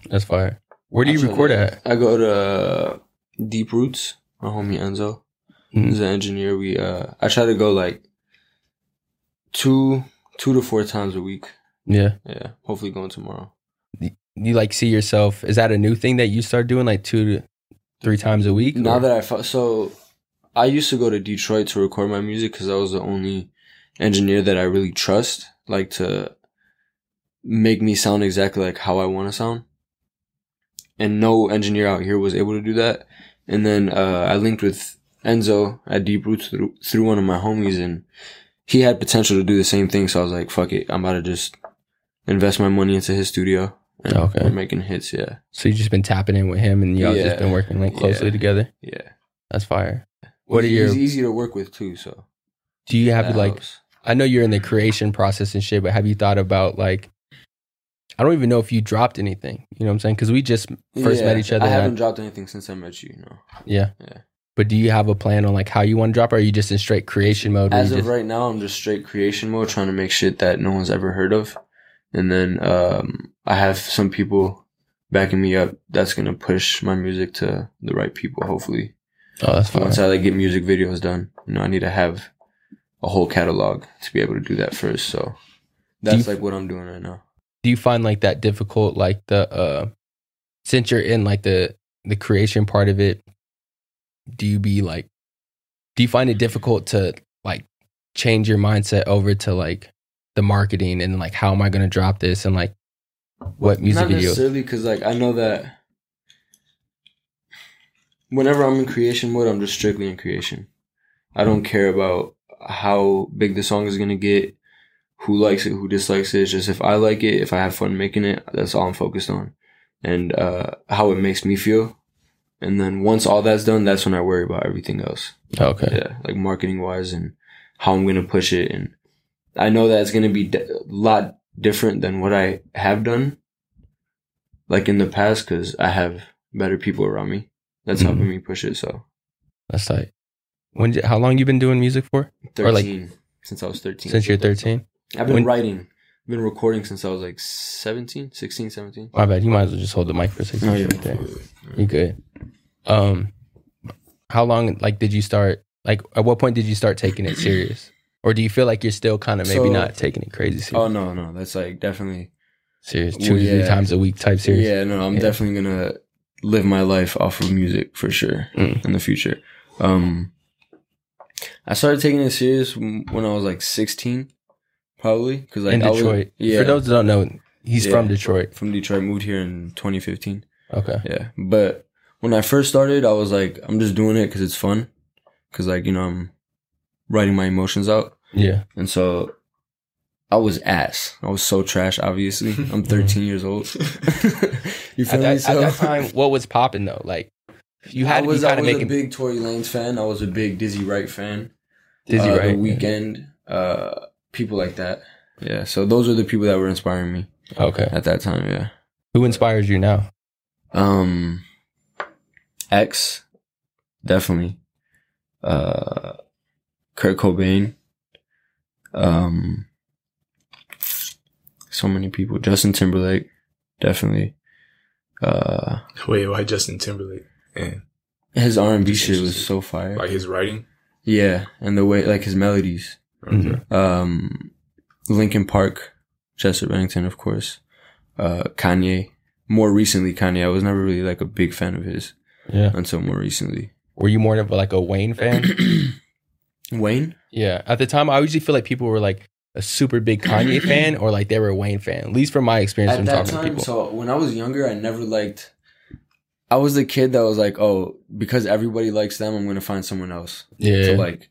S2: That's fire. Where do you
S3: Actually,
S2: record at?
S3: I go to uh, Deep Roots, my homie Enzo.
S2: Mhm.
S3: He's an engineer. We uh, I try to go like two, two to four times a week.
S2: Yeah.
S3: Yeah, hopefully going tomorrow.
S2: You like see yourself? Is that a new thing that you start doing like two to three times a week?
S3: Now
S2: or-
S3: that I fo- so, I used to go to Detroit to record my music because I was the only engineer that I really trust, like to make me sound exactly like how I want to sound. And no engineer out here was able to do that. And then uh, I linked with Enzo at Deep Roots through, through one of my homies, and he had potential to do the same thing. So I was like, "Fuck it, I'm about to just invest my money into his studio." And
S2: Okay.
S3: we're making hits, yeah,
S2: so you've just been tapping in with him, and y'all
S3: Yeah.
S2: just been working like closely
S3: Yeah.
S2: together.
S3: yeah.
S2: That's fire. What are
S3: he's,
S2: your?
S3: He's easy to work with too, so.
S2: Do you have
S3: That
S2: like?
S3: helps.
S2: I know you're in the creation process and shit, but have you thought about like? I don't even know if you dropped anything. You know what I'm saying? Because we just first
S3: Yeah,
S2: met each other.
S3: I
S2: and I-
S3: haven't dropped anything since I met you. No.
S2: yeah.
S3: Yeah.
S2: But do you have a plan on like how you want to drop? Or are you just in straight creation mode? where
S3: As
S2: you
S3: of
S2: just-
S3: right now, I'm just straight creation mode, trying to make shit that no one's ever heard of, and then um, I have some people backing me up. That's gonna push my music to the right people. Hopefully,
S2: oh, that's fine.
S3: once I like get music videos done, you know, I need to have a whole catalog to be able to do that first. So That's
S2: Do you-
S3: like what I'm doing right now.
S2: do you find like that difficult like the uh since you're in like the the creation part of it do you be like do you find it difficult to like change your mindset over to like the marketing and like how am i going to drop this and like what music
S3: Not
S2: video
S3: necessarily because like I know that whenever I'm in creation mode, I'm just strictly in creation. I don't care about how big the song is gonna get, who likes it, who dislikes it. It's just if I like it, if I have fun making it, that's all I'm focused on, and uh, how it makes me feel. And then once all that's done, that's when I worry about everything else.
S2: okay
S3: yeah like marketing wise and how i'm gonna push it and i know that it's gonna be di- a lot different than what i have done like in the past because i have better people around me that's
S2: Mhm.
S3: helping me push it so
S2: that's like when did- how long you been doing music for
S3: 13
S2: Or, like,
S3: since i was 13
S2: since you're 13
S3: i've been
S2: when-
S3: writing i've been recording since i was like 17 16 17
S2: my bad you might as well just hold the mic for a second
S3: Oh, yeah.
S2: right there you good um how long like did you start like at what point did you start taking it serious or do you feel like you're still kind of maybe
S3: So-
S2: not taking it crazy serious,
S3: oh no no that's like definitely
S2: serious
S3: well,
S2: two to three
S3: yeah.
S2: times a week type serious
S3: Yeah, no, I'm
S2: Yeah.
S3: definitely gonna live my life off of music for sure
S2: Mm.
S3: in the future. Um, I started taking it serious m- when I was like 16, probably because like
S2: in
S3: I was-
S2: detroit
S3: yeah,
S2: for those that don't know he's
S3: Yeah.
S2: from detroit
S3: from Detroit, moved here in 2015.
S2: okay
S3: Yeah, but when I first started, I was like, I'm just doing it because it's fun, because like you know I'm writing my emotions out.
S2: yeah
S3: And so I was ass. I was so trash, obviously. I'm 13 years old. you
S2: at
S3: feel me?
S2: that, at
S3: So
S2: that time what was popping though like you
S3: I
S2: had
S3: was,
S2: to be
S3: I
S2: kind
S3: was
S2: of making
S3: a big Tory Lanez fan. I was a big Dizzy Wright fan.
S2: dizzy
S3: uh,
S2: right
S3: The Weekend, uh, people like that. Yeah, so those are the people that were inspiring me
S2: okay
S3: at that time, yeah.
S2: who inspires you now
S3: Um, X, definitely. Uh, Kurt Cobain. Um, so many people. Justin Timberlake, definitely. Uh,
S4: Wait, why Justin Timberlake? And
S3: his R and B shit was so fire.
S4: like his writing.
S3: Yeah, and the way like his melodies.
S2: Mhm.
S3: Um, Linkin Park, Chester Bennington, of course. Uh, Kanye. More recently, Kanye. I was never really like a big fan of his
S2: yeah
S3: until more recently.
S2: were you more of like a wayne fan
S3: Wayne?
S2: Yeah. At the time, I usually feel like people were like a super big Kanye fan or like they were a Wayne fan, at least from my experience
S3: At
S2: when
S3: that
S2: talking to
S3: time,
S2: people.
S3: so when I was younger, I never liked. I was the kid that was like, oh, because everybody likes them, I'm gonna find someone else.
S2: yeah.
S3: So like,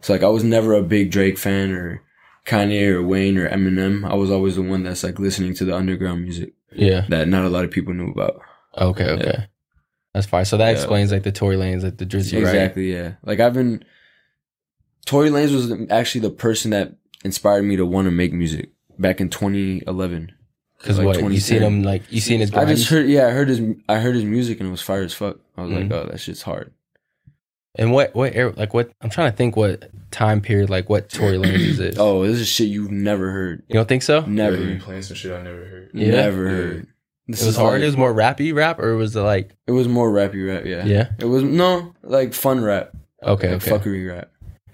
S3: so like, I was never a big Drake fan or Kanye or Wayne or Eminem. I was always the one that's like listening to the underground music
S2: yeah.
S3: that not a lot of people knew about.
S2: Okay. Okay. That's fine. So that
S3: Yeah.
S2: explains like the Tory Lanez, like the Drizzy, right?
S3: Exactly, yeah. Like I've been Tory Lanez was actually the person that inspired me to want to make music back in 2011.
S2: Because
S3: Like
S2: what you seen
S3: 2010.
S2: him like you seen his.
S3: I
S2: Grind.
S3: just heard, yeah, I heard his, I heard his music and it was fire as fuck. I was
S2: Mhm.
S3: like, oh, that shit's hard.
S2: And what what era, like what I'm trying to think what time period like what Tory Lanez is this?
S3: Oh, Mm, this is shit you've never heard,
S2: you don't think so?
S3: never,
S4: Like, you playing some shit I never heard.
S2: Yeah.
S3: never
S4: Yeah.
S3: heard. This
S2: it was
S3: is
S2: hard.
S3: like-
S2: it was more rappy rap, or was it like
S3: it was more rappy rap, yeah.
S2: yeah?
S3: It was no like fun rap,
S2: Okay,
S3: like
S2: okay.
S3: fuckery rap.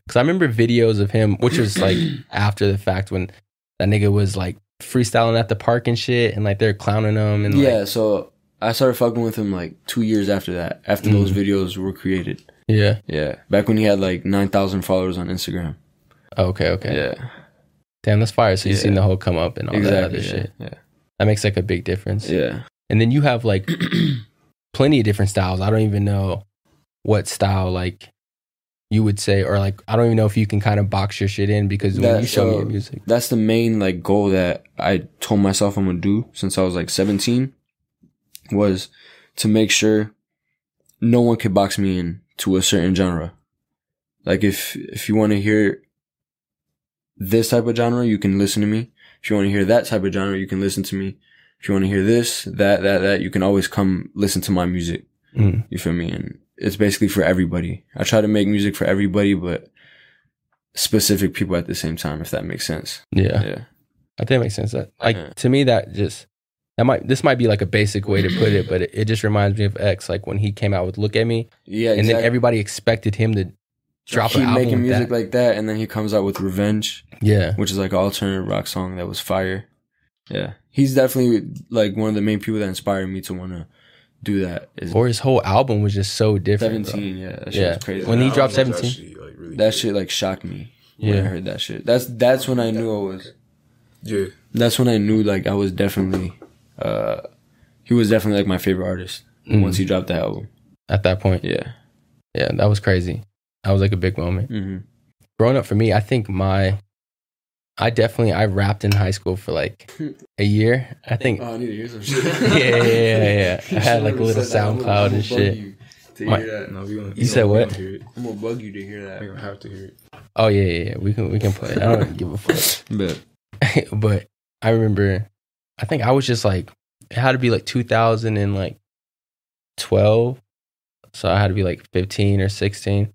S2: Because I remember videos of him, which was like after the fact when that nigga was like freestyling at the park and shit, and like they're clowning him and
S3: yeah,
S2: like
S3: so I started fucking with him like two years after that, after
S2: Mhm.
S3: those videos were created.
S2: yeah.
S3: Yeah, back when he had like nine thousand followers on Instagram.
S2: Oh, Okay, okay.
S3: Yeah,
S2: Damn, that's fire. So you've
S3: Yeah.
S2: seen the whole come up and all that other
S3: exactly. yeah,
S2: shit. That makes like a big difference.
S3: Yeah,
S2: And then you have like
S3: yeah.
S2: plenty of different styles. I don't even know what style like you would say, or like I don't even know if you can kind of box your shit in because when
S3: That-
S2: you show me
S3: so-
S2: your music.
S3: that's the main like goal that I told myself I'm gonna do since I was like 17 was to make sure no one could box me in to a certain genre. Like if if you want to hear this type of genre, you can listen to me. If you want to hear that type of genre, you can listen to me. If you want to hear this, that, that, that, you can always come listen to my music.
S2: Mm.
S3: You feel me? And it's basically for everybody. I try to make music for everybody, but specific people at the same time, if that makes sense.
S2: Yeah.
S3: Yeah.
S2: I think it makes sense. That like
S3: Uh-huh.
S2: to me that just that might this might be like a basic way to put it, but it, it just reminds me of X, like when he came out with Look at Me
S3: Yeah,
S2: and then everybody expected him to drop an
S3: keep
S2: album
S3: making
S2: with
S3: music
S2: that.
S3: like that, and then he comes out with Revenge,
S2: yeah,
S3: which is like an alternative rock song that was fire. Yeah, he's definitely like one of the main people that inspired me to want to do that. Is
S2: or his whole album was just so different. bro.
S3: seventeen? Yeah, that shit
S2: Yeah.
S3: was crazy.
S2: When he
S4: that
S2: dropped
S4: album was
S2: 17.
S4: actually, like, really
S3: that
S4: good.
S3: shit like shocked me when I
S2: Yeah.
S3: heard that shit. That's that's when I knew I was.
S4: Yeah.
S3: That's when I knew like I was definitely. uh He was definitely like my favorite artist
S2: Mm.
S3: once he dropped the album.
S2: At that point,
S3: Yeah.
S2: yeah, that was crazy. That was like a big moment.
S3: hmm
S2: Growing up for me, I think my, I definitely I rapped in high school for like a year. I think
S3: Oh, I need to hear some
S2: shit. Yeah, yeah, yeah, yeah. I had, like, a little SoundCloud and shit. My-
S4: No, we gonna,
S2: You said
S4: we
S2: what?
S4: gonna hear it.
S3: I'm gonna bug you to hear
S4: We gonna have to hear it.
S2: Oh yeah, yeah, yeah. We can we can play. it. I don't give a fuck.
S3: But
S2: but I remember, I think I was just like, it had to be like 2000 and like 12, so I had to be like 15 or 16,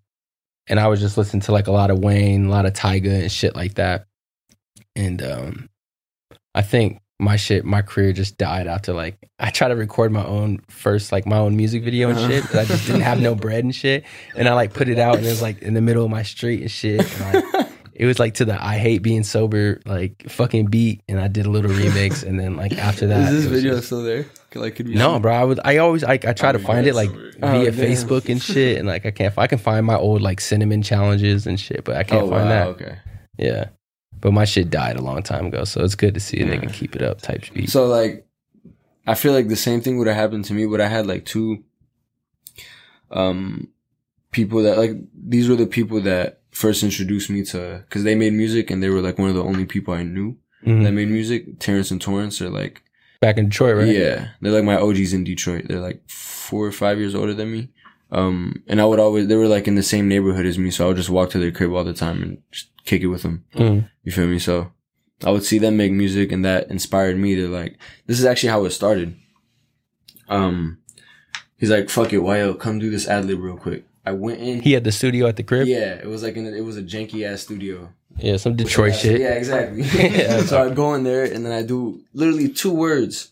S2: and I was just listening to like a lot of Wayne, a lot of Tyga and shit like that, and um, I think my shit, my career just died after like I tried to record my own first like my own music video and
S3: Uh-huh.
S2: shit, but I just didn't have no bread and shit, and I like put it out and it was like in the middle of my street and shit, and like. It was like to the I hate being sober like fucking beat, and I did a little remix, and then like after that,
S3: is this
S2: it was
S3: video
S2: just-
S3: still there? Could- Like, could we
S2: no, bro. I would. I always like I try
S4: I
S2: to
S4: mean,
S2: find
S4: yeah,
S2: it like
S4: somewhere.
S3: Oh,
S2: via
S3: damn.
S2: Facebook and shit, and like I can't. I can find my old like cinnamon challenges and shit, but I can't
S3: Oh,
S2: find
S3: wow,
S2: that.
S3: Okay.
S2: Yeah, but my shit died a long time ago, so it's good to see a
S3: Yeah.
S2: nigga keep it up. Type beat.
S3: So like, I feel like the same thing would have happened to me, but I had like two, um, people that like these were the people that first introduced me to because they made music and they were like one of the only people I knew that
S2: Mhm.
S3: made music. Terrence and Torrance are like,
S2: Back in Detroit, right?
S3: yeah, they're like my OGs in Detroit. They're like four or five years older than me. Um, and I would always they were like in the same neighborhood as me, so I would just walk to their crib all the time and just kick it with them.
S2: Mm.
S3: You feel me? So I would see them make music and that inspired me to like, this is actually how it started. Um, he's like, fuck it, YL, come do this ad lib real quick. I went in.
S2: He had the studio at the crib. Yeah,
S3: yeah, it was like, in, it was a janky ass studio.
S2: some Detroit
S3: Yeah,
S2: shit.
S3: Yeah, exactly.
S2: Yeah.
S3: so I go in there and then I do literally two words.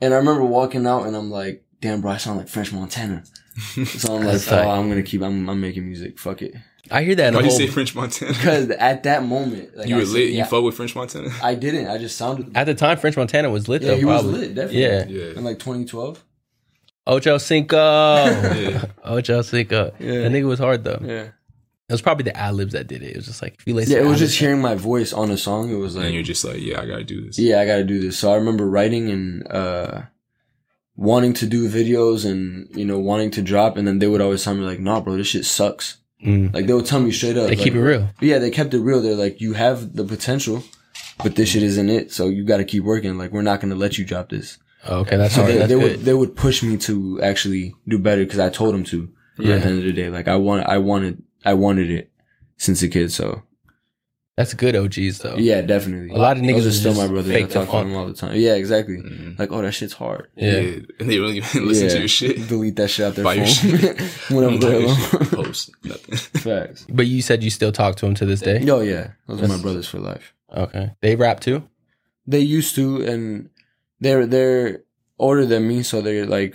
S3: And I remember walking out and I'm like, damn, bro, I sound like French Montana. So I'm like,
S2: That's tight.
S3: oh, I'm going to keep, I'm, I'm making music. Fuck it.
S2: I hear that. In
S4: Why
S2: a
S4: do you
S2: whole,
S4: say French Montana?
S3: Because at that moment, like,
S4: You
S3: I
S4: were
S3: said-
S4: lit. You
S3: yeah,
S4: fuck with French Montana?
S3: I didn't. I just sounded
S2: at the time, French Montana was lit
S3: Yeah,
S2: though.
S3: he
S2: Probably.
S3: was lit, definitely.
S2: Yeah.
S4: Yeah.
S3: In like 2012.
S2: Ocho Cinco.
S4: Yeah.
S2: Ocho Cinco.
S3: Yeah.
S2: That nigga was hard though.
S3: Yeah.
S2: It was probably the ad libs that did it. It was just like if you listen.
S3: Yeah, it
S2: to
S3: was
S2: ad-libs,
S3: just hearing my voice on a song. It was
S4: And you're
S3: like,
S4: just like, yeah, I gotta do this.
S3: yeah, I got to do this. So I remember writing and uh, wanting to do videos and, you know, wanting to drop. And then they would always tell me, like, nah, bro, this shit sucks.
S2: Mm.
S3: Like, they would tell me straight up.
S2: They keep it
S3: like-
S2: real.
S3: Yeah, they kept it real. They're like, you have the potential, but this shit isn't it. So you got to keep working. Like, we're not going to let you drop this.
S2: Oh, okay, that's
S3: So
S2: hard.
S3: they,
S2: That's
S3: they
S2: good.
S3: would they would push me to actually do better because I told them to. At the
S2: yeah,
S3: end of the day, like I want I wanted I wanted it since a kid. So
S2: that's good. OGs though.
S3: yeah, definitely.
S2: Oh. A lot of niggas
S3: Those are
S2: is
S3: still
S2: just
S3: my brothers. I
S2: fake the
S3: talk about
S2: funk.
S3: them all the time. Yeah, exactly.
S4: Mhm.
S3: Like oh, that shit's hard.
S2: Yeah.
S4: And they don't even listen to
S3: Yeah.
S4: your shit.
S3: Delete that shit out their
S4: Buy your
S3: phone.
S4: shit.
S3: when I'm
S4: Don't like
S3: there
S4: your
S3: alone.
S4: shit.
S2: Oh.
S4: Post nothing.
S3: Facts.
S2: But you said you still talk to him to this day.
S3: Oh yeah, those are my
S2: That's-
S3: brothers for life.
S2: Okay, they rap too.
S3: They used to, and they're they're older than me, so they're like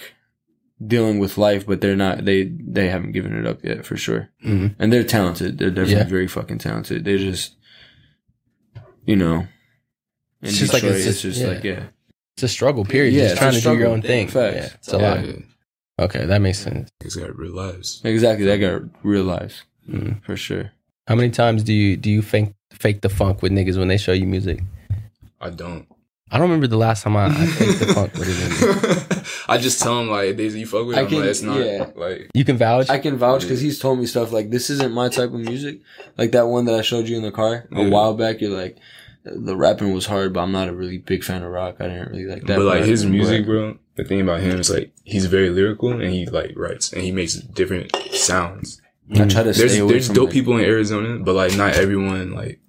S3: dealing with life, but they're not. They they haven't given it up yet for sure.
S2: Mm.
S3: and they're talented. They're definitely
S2: Yeah.
S3: very fucking talented. They're just, you know, in
S2: It's just
S3: Detroit,
S2: like- it's
S3: it's,
S2: just-
S3: just
S2: yeah.
S3: like yeah,
S2: It's a struggle. Period.
S3: Yeah,
S2: just
S3: it's
S2: trying
S3: a
S2: to do your
S3: struggle.
S2: own thing.
S3: Facts.
S2: Yeah, it's a
S3: Yeah.
S2: lot. Okay, that makes sense.
S4: It's got real lives.
S3: exactly. That got real life
S2: Mm.
S3: for sure.
S2: How many times do you do you fake fake the funk with niggas when they show you music?
S4: I don't.
S2: I don't remember the last time I, I faked the funk with a nigga.
S4: I just tell them like, "Daisy, you fuck with."
S3: I
S4: it?" I'm
S3: can-
S4: like, it's not
S3: yeah.
S4: like.
S2: You can vouch.
S3: I can vouch because he's told me stuff like this isn't my type of music. Like that one that I showed you in the car a
S4: Yeah.
S3: while back. You're like, the rapping was hard, but I'm not a really big fan of rock. I didn't really like that.
S4: but like his
S3: but-
S4: music, bro. The thing about him is like he's very lyrical and he like writes and he makes different sounds.
S3: I try to
S4: There's
S3: stay away
S4: there's
S3: from
S4: dope
S3: like-
S4: people in Arizona, but like not everyone like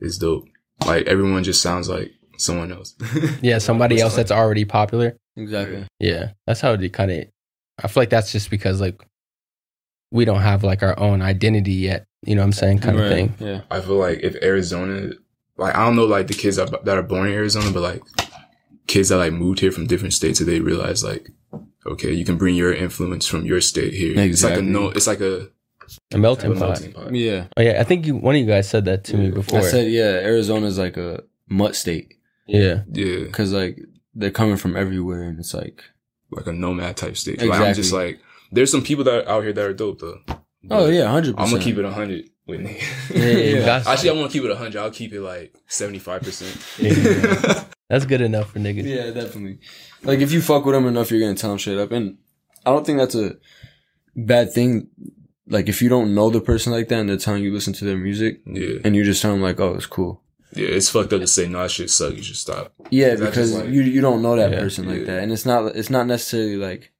S4: is dope. Like everyone just sounds like someone else.
S2: yeah, somebody else that's already popular.
S3: Exactly.
S2: Yeah, that's how they kind of. I feel like that's just because like we don't have like our own identity yet. You know what I'm saying? Kind of
S3: Right.
S2: thing.
S3: Yeah.
S4: I feel like if Arizona, like I don't know, like the kids that, that are born in Arizona, but like kids that like moved here from different states, that they realize like, okay, you can bring your influence from your state here. It's like a
S3: Exactly.
S4: no, it's like a
S2: A melting pot.
S3: Yeah.
S2: Oh yeah, I think you, one of you guys said that to me before.
S3: I said, yeah, Arizona's like a mutt state
S2: yeah,
S4: Yeah,
S3: because like they're coming from everywhere and it's like,
S4: like a nomad type state. Like I'm just like, there's some people that are out here that are dope though.
S3: oh yeah, 100%.
S4: I'm gonna keep it hundred with niggas.
S2: yeah, you got-
S4: Actually, I'm gonna keep it hundred. I'll keep it like seventy five percent.
S2: that's good enough for niggas.
S3: Yeah, definitely. Like if you fuck with them enough, you're gonna tell them straight up, and I don't think that's a bad thing. Like if you don't know the person like that and they're telling you listen to their music
S4: Yeah,
S3: and you just tell them like, oh, it's cool.
S4: yeah. It's fucked up to say no, that shit suck. You should stop.
S3: Yeah,
S4: That's
S3: because
S4: just like-
S3: you you don't know that
S2: Yeah.
S3: person like
S4: Yeah.
S3: that, and it's not it's not necessarily like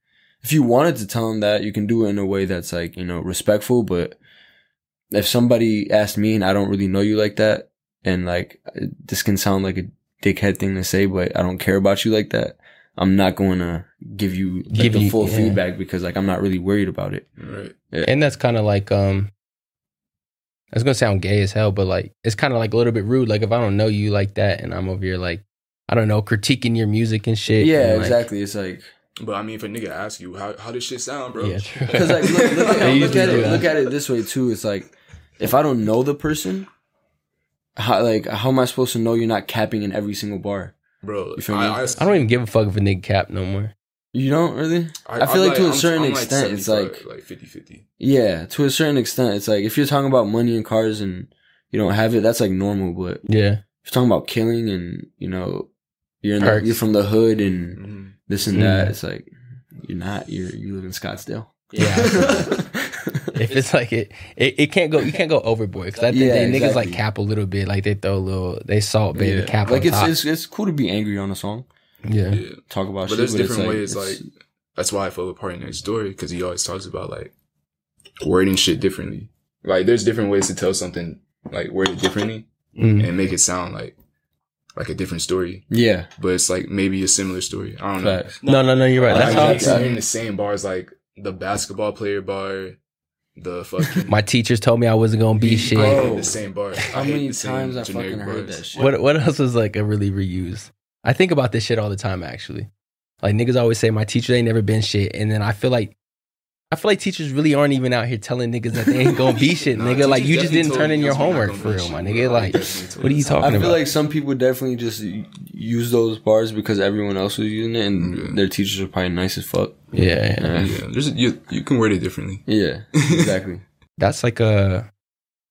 S3: if you wanted to tell them that, you can do it in a way that's like you know respectful. But if somebody asked me and I don't really know you like that, and like this can sound like a dickhead thing to say, but I don't care about you like that. I'm not going to give you like,
S2: Give
S3: the
S2: you-
S3: full
S2: yeah.
S3: feedback because like I'm not really worried about it.
S4: Right.
S2: And that's kind of like um, that's gonna sound gay as hell, but like it's kind of like a little bit rude. Like if I don't know you like that, and I'm over here like, I don't know, critiquing your music and shit.
S3: yeah,
S2: and, like-
S3: exactly. It's like
S4: But I mean, if a nigga asks you how how this shit sound, bro,
S2: Yeah, true.
S3: Because like look, look, at,
S2: They
S3: look
S2: usually
S3: at
S2: do
S3: it
S2: that.
S3: look at it this way too. It's like if I don't know the person, how like how am I supposed to know you're not capping in every single bar?
S4: bro.
S3: You feel me?
S4: I, I,
S2: I don't even give a fuck if a nigga cap no more.
S3: You don't really? I feel
S4: I'm
S3: like to a certain
S4: like
S3: extent, it's
S4: 75,
S3: like-
S4: like 50 50.
S3: Yeah, to a certain extent. It's like if you're talking about money and cars and you don't have it, that's like normal. But if
S2: Yeah,
S3: you're talking about killing and you know you're in the,
S2: Perks.
S3: you're from the hood and this and that,
S2: Mm.
S3: it's like you're not. You're you live in Scottsdale.
S2: if it's like it, it, it can't go. You can't go overboard because I think
S3: Yeah,
S2: they niggas
S3: exactly.
S2: like cap a little bit. Like they throw a little, they salt baby
S3: Yeah.
S2: cap
S3: like
S2: on
S3: it's,
S2: top.
S3: it's it's cool to be angry on a song,
S2: yeah,
S4: Yeah.
S3: talk about
S4: But
S3: shit.
S4: there's
S3: it's
S4: different ways.
S3: it's-
S4: Like that's why I follow Party Next Door because he always talks about like wording shit differently. Like there's different ways to tell something like word it differently
S2: Mm.
S4: and make it sound like like a different story,
S3: yeah,
S4: but it's like maybe a similar story. I don't know.
S3: facts.
S2: No, no, no. You're right.
S4: Like,
S2: That's
S4: I
S2: how
S4: keep hearing the same bars like the basketball player bar, the fucking
S2: my teachers told me I wasn't gonna be shit.
S4: I hate
S3: Bro.
S4: the same bar.
S3: Oh. How many times I fucking heard that shit?
S2: What what else was like a really reused? I think about this shit all the time actually. Like niggas always say my teachers ain't never been shit, and then I feel like I feel like teachers really aren't even out here telling niggas that they ain't gonna be shit,
S4: Nah,
S2: nigga. Like
S4: teachers
S2: you just
S4: definitely
S2: didn't
S4: told
S2: turn in
S4: me
S2: your
S4: that's what
S2: homework
S4: I'm
S2: for
S4: gonna
S2: real, my
S4: do.
S2: nigga.
S4: I
S2: Like
S4: definitely told
S2: what are you
S4: us.
S2: talking
S3: I feel
S2: about?
S3: like some people definitely just u- use those bars because everyone else was using it, and
S4: Yeah.
S3: their teachers are probably nice as fuck.
S2: yeah, yeah.
S3: Yeah,
S4: Yeah, there's you. You can word it differently.
S3: Yeah, exactly.
S2: that's like a.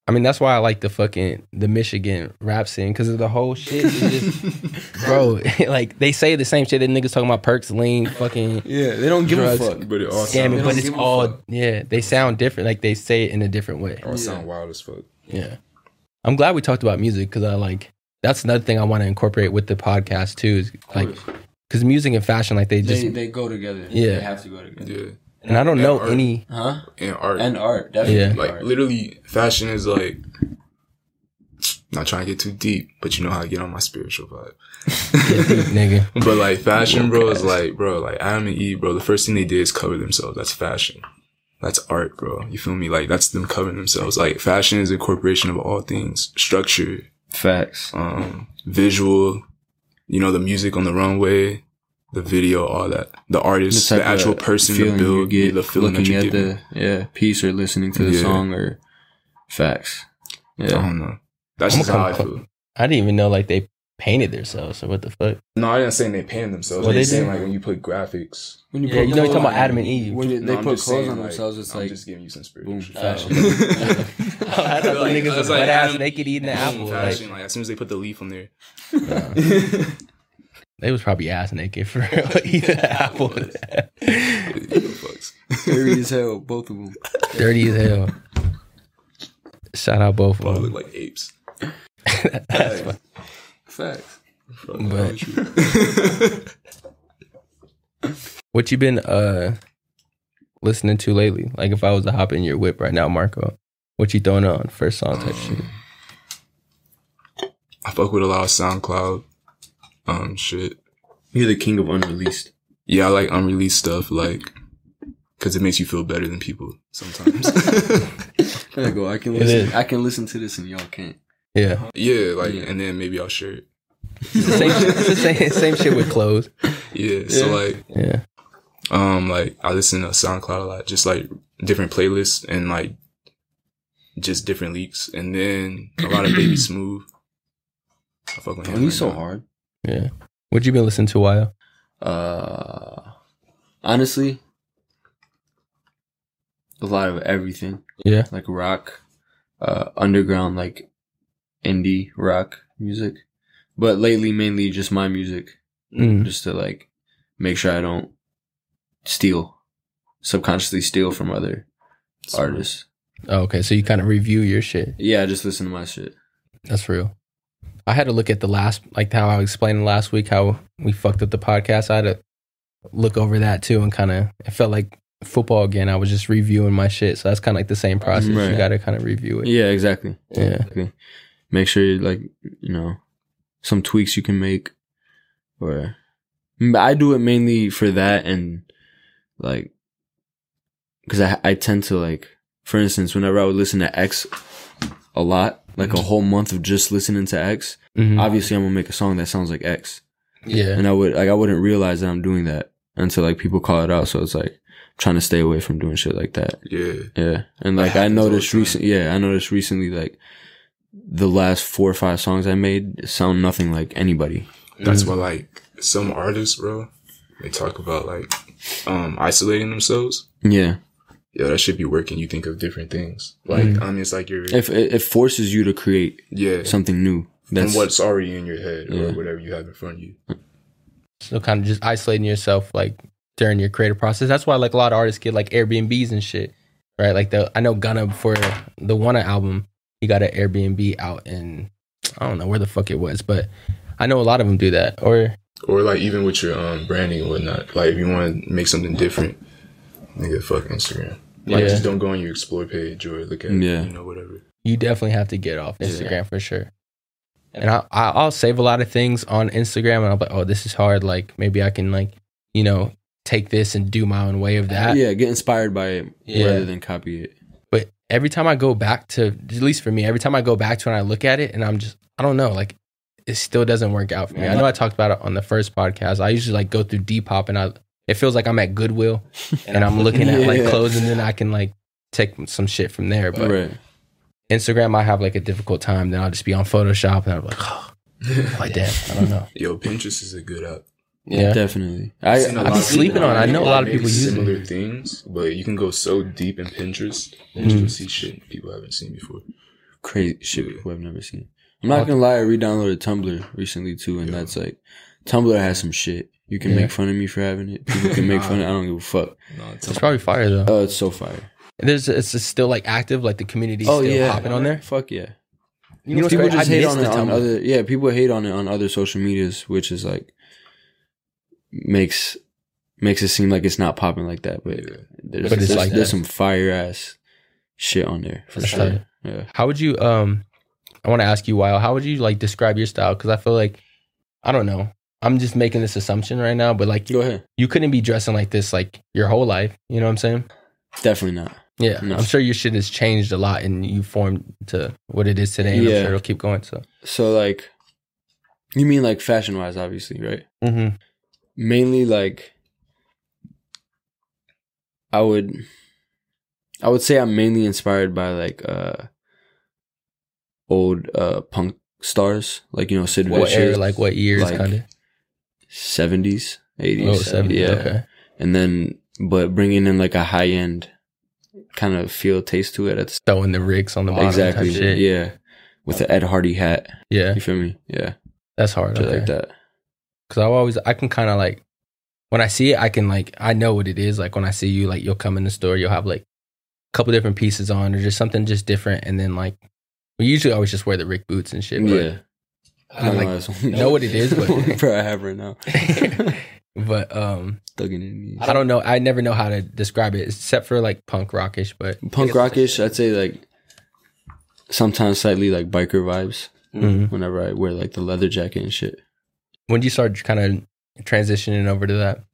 S2: I mean, that's why I like the fucking the Michigan rap scene because of the whole shit, is just, bro. like they say the same shit that niggas talking about perks, lean, fucking
S3: yeah, they don't give
S2: Drugs.
S3: a fuck.
S4: But it all
S2: scamming,
S4: sound,
S2: but
S3: don't
S2: it's
S3: give a
S2: all
S3: fuck.
S2: yeah. They sound different, like they say it in a different way.
S4: all sound wild as fuck.
S2: Yeah. I'm glad we talked about music because I like that's another thing I want to incorporate with the podcast too. Is like because music and fashion, like they just
S3: they they go together.
S2: Yeah.
S3: they have to go together.
S4: Yeah,
S2: and I don't know
S4: art.
S2: any.
S3: Huh?
S4: and art.
S3: And art, definitely.
S2: Yeah.
S4: like
S3: art.
S4: literally fashion is like not trying to get too deep but you know how to get on my spiritual vibe
S2: nigga.
S4: but like fashion bro is like bro like adam and eve E, bro the first thing they did is cover themselves that's fashion that's art bro you feel me like that's them covering themselves like fashion is a corporation of all things structure
S3: facts.
S4: um visual you know the music on the runway the video all that the artist the,
S3: type of
S4: actual person the
S3: feeling you
S4: build
S3: get
S4: the feeling that
S3: looking
S4: you
S3: at
S4: get
S3: the yeah piece or listening to the
S4: Yeah.
S3: song or facts.
S4: i
S3: Yeah,
S4: don't know that's
S2: I'm
S4: just
S2: gonna
S4: how i
S2: come-
S4: feel
S2: I didn't even know like they painted themselves. So what the fuck?
S4: No, I didn't say they painted themselves.
S2: Well,
S4: I'm
S2: they
S4: just saying
S2: do.
S4: like when you put graphics.
S3: when you
S2: Yeah, you know, you're talking about
S3: clothes on-
S2: Adam and Eve.
S3: When you-
S4: No,
S3: they
S4: I'm
S3: put
S4: just
S3: clothes
S4: saying,
S3: on
S4: like,
S3: themselves, it's
S4: I'm
S3: like
S4: just giving you some spiritual
S3: boom,
S4: shit.
S3: fashion.
S2: I thought
S4: Like,
S2: niggas
S4: I
S2: was
S4: was like,
S2: wet ass
S4: Adam-
S2: naked eating an apple.
S4: Boom,
S2: Like,
S4: fashion. Like as soon as they put the leaf on there,
S2: they was probably ass naked for real, eating an apple.
S4: it fucks.
S3: Dirty as hell, both of them.
S2: Dirty as hell. Shout out both
S4: All
S2: of them.
S4: look like apes.
S3: Facts.
S2: But what you been uh listening to lately? Like if I was to hop in your whip right now, Marco, what you throwing on first song type shit?
S4: Um. I fuck with a lot of SoundCloud um shit.
S3: You're the king of unreleased.
S4: Yeah, I like unreleased stuff, like because it makes you feel better than people sometimes.
S3: There you go. I can
S2: It is.
S3: listen. I can listen to this and y'all can't.
S2: Yeah,
S4: yeah, like
S3: Yeah.
S4: and then maybe I'll share it.
S2: it's the same, it's the same, same shit with clothes.
S4: Yeah, so
S3: Yeah.
S4: like
S2: Yeah,
S4: um like I listen to SoundCloud a lot, just like different playlists and like just different leaks, and then a lot of Baby Smooth. I fuck with him.
S3: He's
S4: right
S3: so
S4: now.
S3: hard.
S2: Yeah. What you been listening to, Wyo?
S3: Uh, honestly, a lot of everything.
S2: Yeah.
S3: Like rock, uh, underground, like indie rock music. But lately, mainly just my music,
S2: Mm.
S3: just to like make sure I don't steal, subconsciously steal from other artists.
S2: Oh, okay, so you kind of review your shit.
S3: Yeah, I just listen to my shit.
S2: That's real. I had to look at the last, like how I explained last week how we fucked up the podcast. I had to look over that too and kind of, it felt like football again. I was just reviewing my shit. So that's kind of like the same process. You
S3: Right.
S2: got to kind of review it.
S3: Yeah, exactly.
S2: Yeah.
S3: Exactly. Make sure you like you know some tweaks you can make, or Mm, I do it mainly for that and like because I I tend to like for instance whenever I would listen to X a lot like a whole month of just listening to X
S2: Mhm.
S3: obviously I'm gonna make a song that sounds like X
S2: yeah.
S3: and I would like I wouldn't realize that I'm doing that until like people call it out so it's like trying to stay away from doing shit like that
S4: Yeah,
S3: yeah, and
S4: That
S3: like I
S4: happens all the
S3: noticed
S4: time.
S3: recent. Yeah, I noticed recently like the last four or five songs I made sound nothing like anybody.
S4: that's why like some artists, bro, they talk about like um isolating themselves.
S3: Yeah,
S4: Yo, that should be working. You think of different things. Like
S2: Mm.
S4: I mean, it's like you're
S3: if it, it forces you to create
S4: yeah
S3: something new.
S4: from
S3: That's
S4: what's already in your head or
S3: Yeah.
S4: whatever you have in front of you.
S2: So kind of just isolating yourself like during your creative process. That's why like a lot of artists get like Airbnbs and shit, right? Like the I know Gunna for the Wanna album, he got an Airbnb out in I don't know where the fuck it was, but I know a lot of them do that. Or
S4: Or like even with your um branding and whatnot. Like if you want to make something different, nigga, fuck Instagram. Like
S2: Yeah.
S4: just don't go on your explore page or look at
S3: Yeah.
S4: you know whatever.
S2: you definitely have to get off Instagram for sure. And I, I- I'll save a lot of things on Instagram, and I'll be like, oh, this is hard. Like maybe I can like you know take this and do my own way of that.
S3: yeah, get inspired by it
S2: Yeah.
S3: rather than copy it.
S2: But every time I go back to, at least for me, every time I go back to it and I look at it and I'm just, I don't know, like it still doesn't work out for me. I know I talked about it on the first podcast. I usually like go through Depop and I, it feels like I'm at Goodwill and I'm looking at like
S3: Yeah.
S2: clothes and then I can like take some shit from there. But
S3: right.
S2: Instagram, I have like a difficult time. Then I'll just be on Photoshop and I'm like, oh, like damn, I don't know.
S4: Yo, Pinterest is a good app.
S2: Yeah.
S3: Definitely. I,
S4: seen a
S3: I
S4: lot
S2: be
S4: of
S2: sleeping
S4: people
S2: on it. I know a lot of
S4: make
S2: people use it.
S4: similar things, but you can go so deep in Pinterest and
S2: Mm.
S4: you'll see shit people haven't seen before.
S3: crazy shit
S4: Yeah.
S3: people have never seen. I'm not gonna lie, I re-downloaded Tumblr recently too, and
S4: Yeah.
S3: that's like Tumblr has some shit. You can
S2: Yeah.
S3: make fun of me for having it. People can make fun. of I don't give a fuck.
S4: No,
S2: It's probably fire though.
S3: Oh, it's so fire. Oh,
S2: And There's, it's just still like active, like the community's still popping on there.
S3: Fuck yeah.
S2: Oh, You know what's
S3: people
S2: crazy?
S3: just
S2: I
S3: hate
S2: missed the
S3: on it on
S2: Tumblr.
S3: other yeah, people hate on it on other social medias, which is like makes makes it seem like it's not popping like that, but
S4: Yeah.
S3: there's
S2: But it's
S3: there's,
S2: like
S3: there's
S2: that.
S3: some fire ass shit on there for
S2: That's
S3: sure.
S2: tight.
S3: Yeah.
S2: How would you um I want to ask you Weil, how would you like describe your style cuz I feel like I don't know. I'm just making this assumption right now, but like
S3: Go ahead.
S2: you couldn't be dressing like this like your whole life, you know what I'm saying?
S3: Definitely not.
S2: Yeah.
S3: No.
S2: I'm sure your shit has changed a lot and you formed to what it is today and I'm
S3: Yeah.
S2: sure it'll keep going so.
S3: So like you mean like fashion wise, obviously, right?
S2: Mhm.
S3: mainly like I would I would say I'm mainly inspired by like uh old uh punk stars like you know Sid
S2: What era,
S3: Vicious
S2: like what years
S3: like,
S2: kind of?
S3: 70s 80s
S2: Oh, 70s.
S3: yeah
S2: Okay.
S3: and then but bringing in like a high end kind of feel taste to it at the same
S2: Throwing the rigs on the bottom
S3: exactly
S2: type shit.
S3: yeah with the Ed Hardy hat
S2: Yeah.
S3: you feel me yeah
S2: That's hard.
S3: shit
S2: Okay.
S3: like that
S2: Cause I always I can kind of like when I see it, I can like I know what it is. Like when I see you, like you'll come in the store, you'll have like a couple different pieces on, or just something just different, and then like we usually always just wear the Rick boots and shit. But,
S3: yeah
S2: I
S3: don't
S2: like-
S3: know, that's-
S2: know what it is, but-
S3: Bro, I have right now
S2: but um,
S3: thugging in these.
S2: I don't know. I never know how to describe it except for like punk rockish. But
S3: punk rockish. I'd say like sometimes slightly like biker vibes.
S2: Mhm.
S3: Whenever I wear like the leather jacket and shit
S2: when do you start kind of transitioning over to that?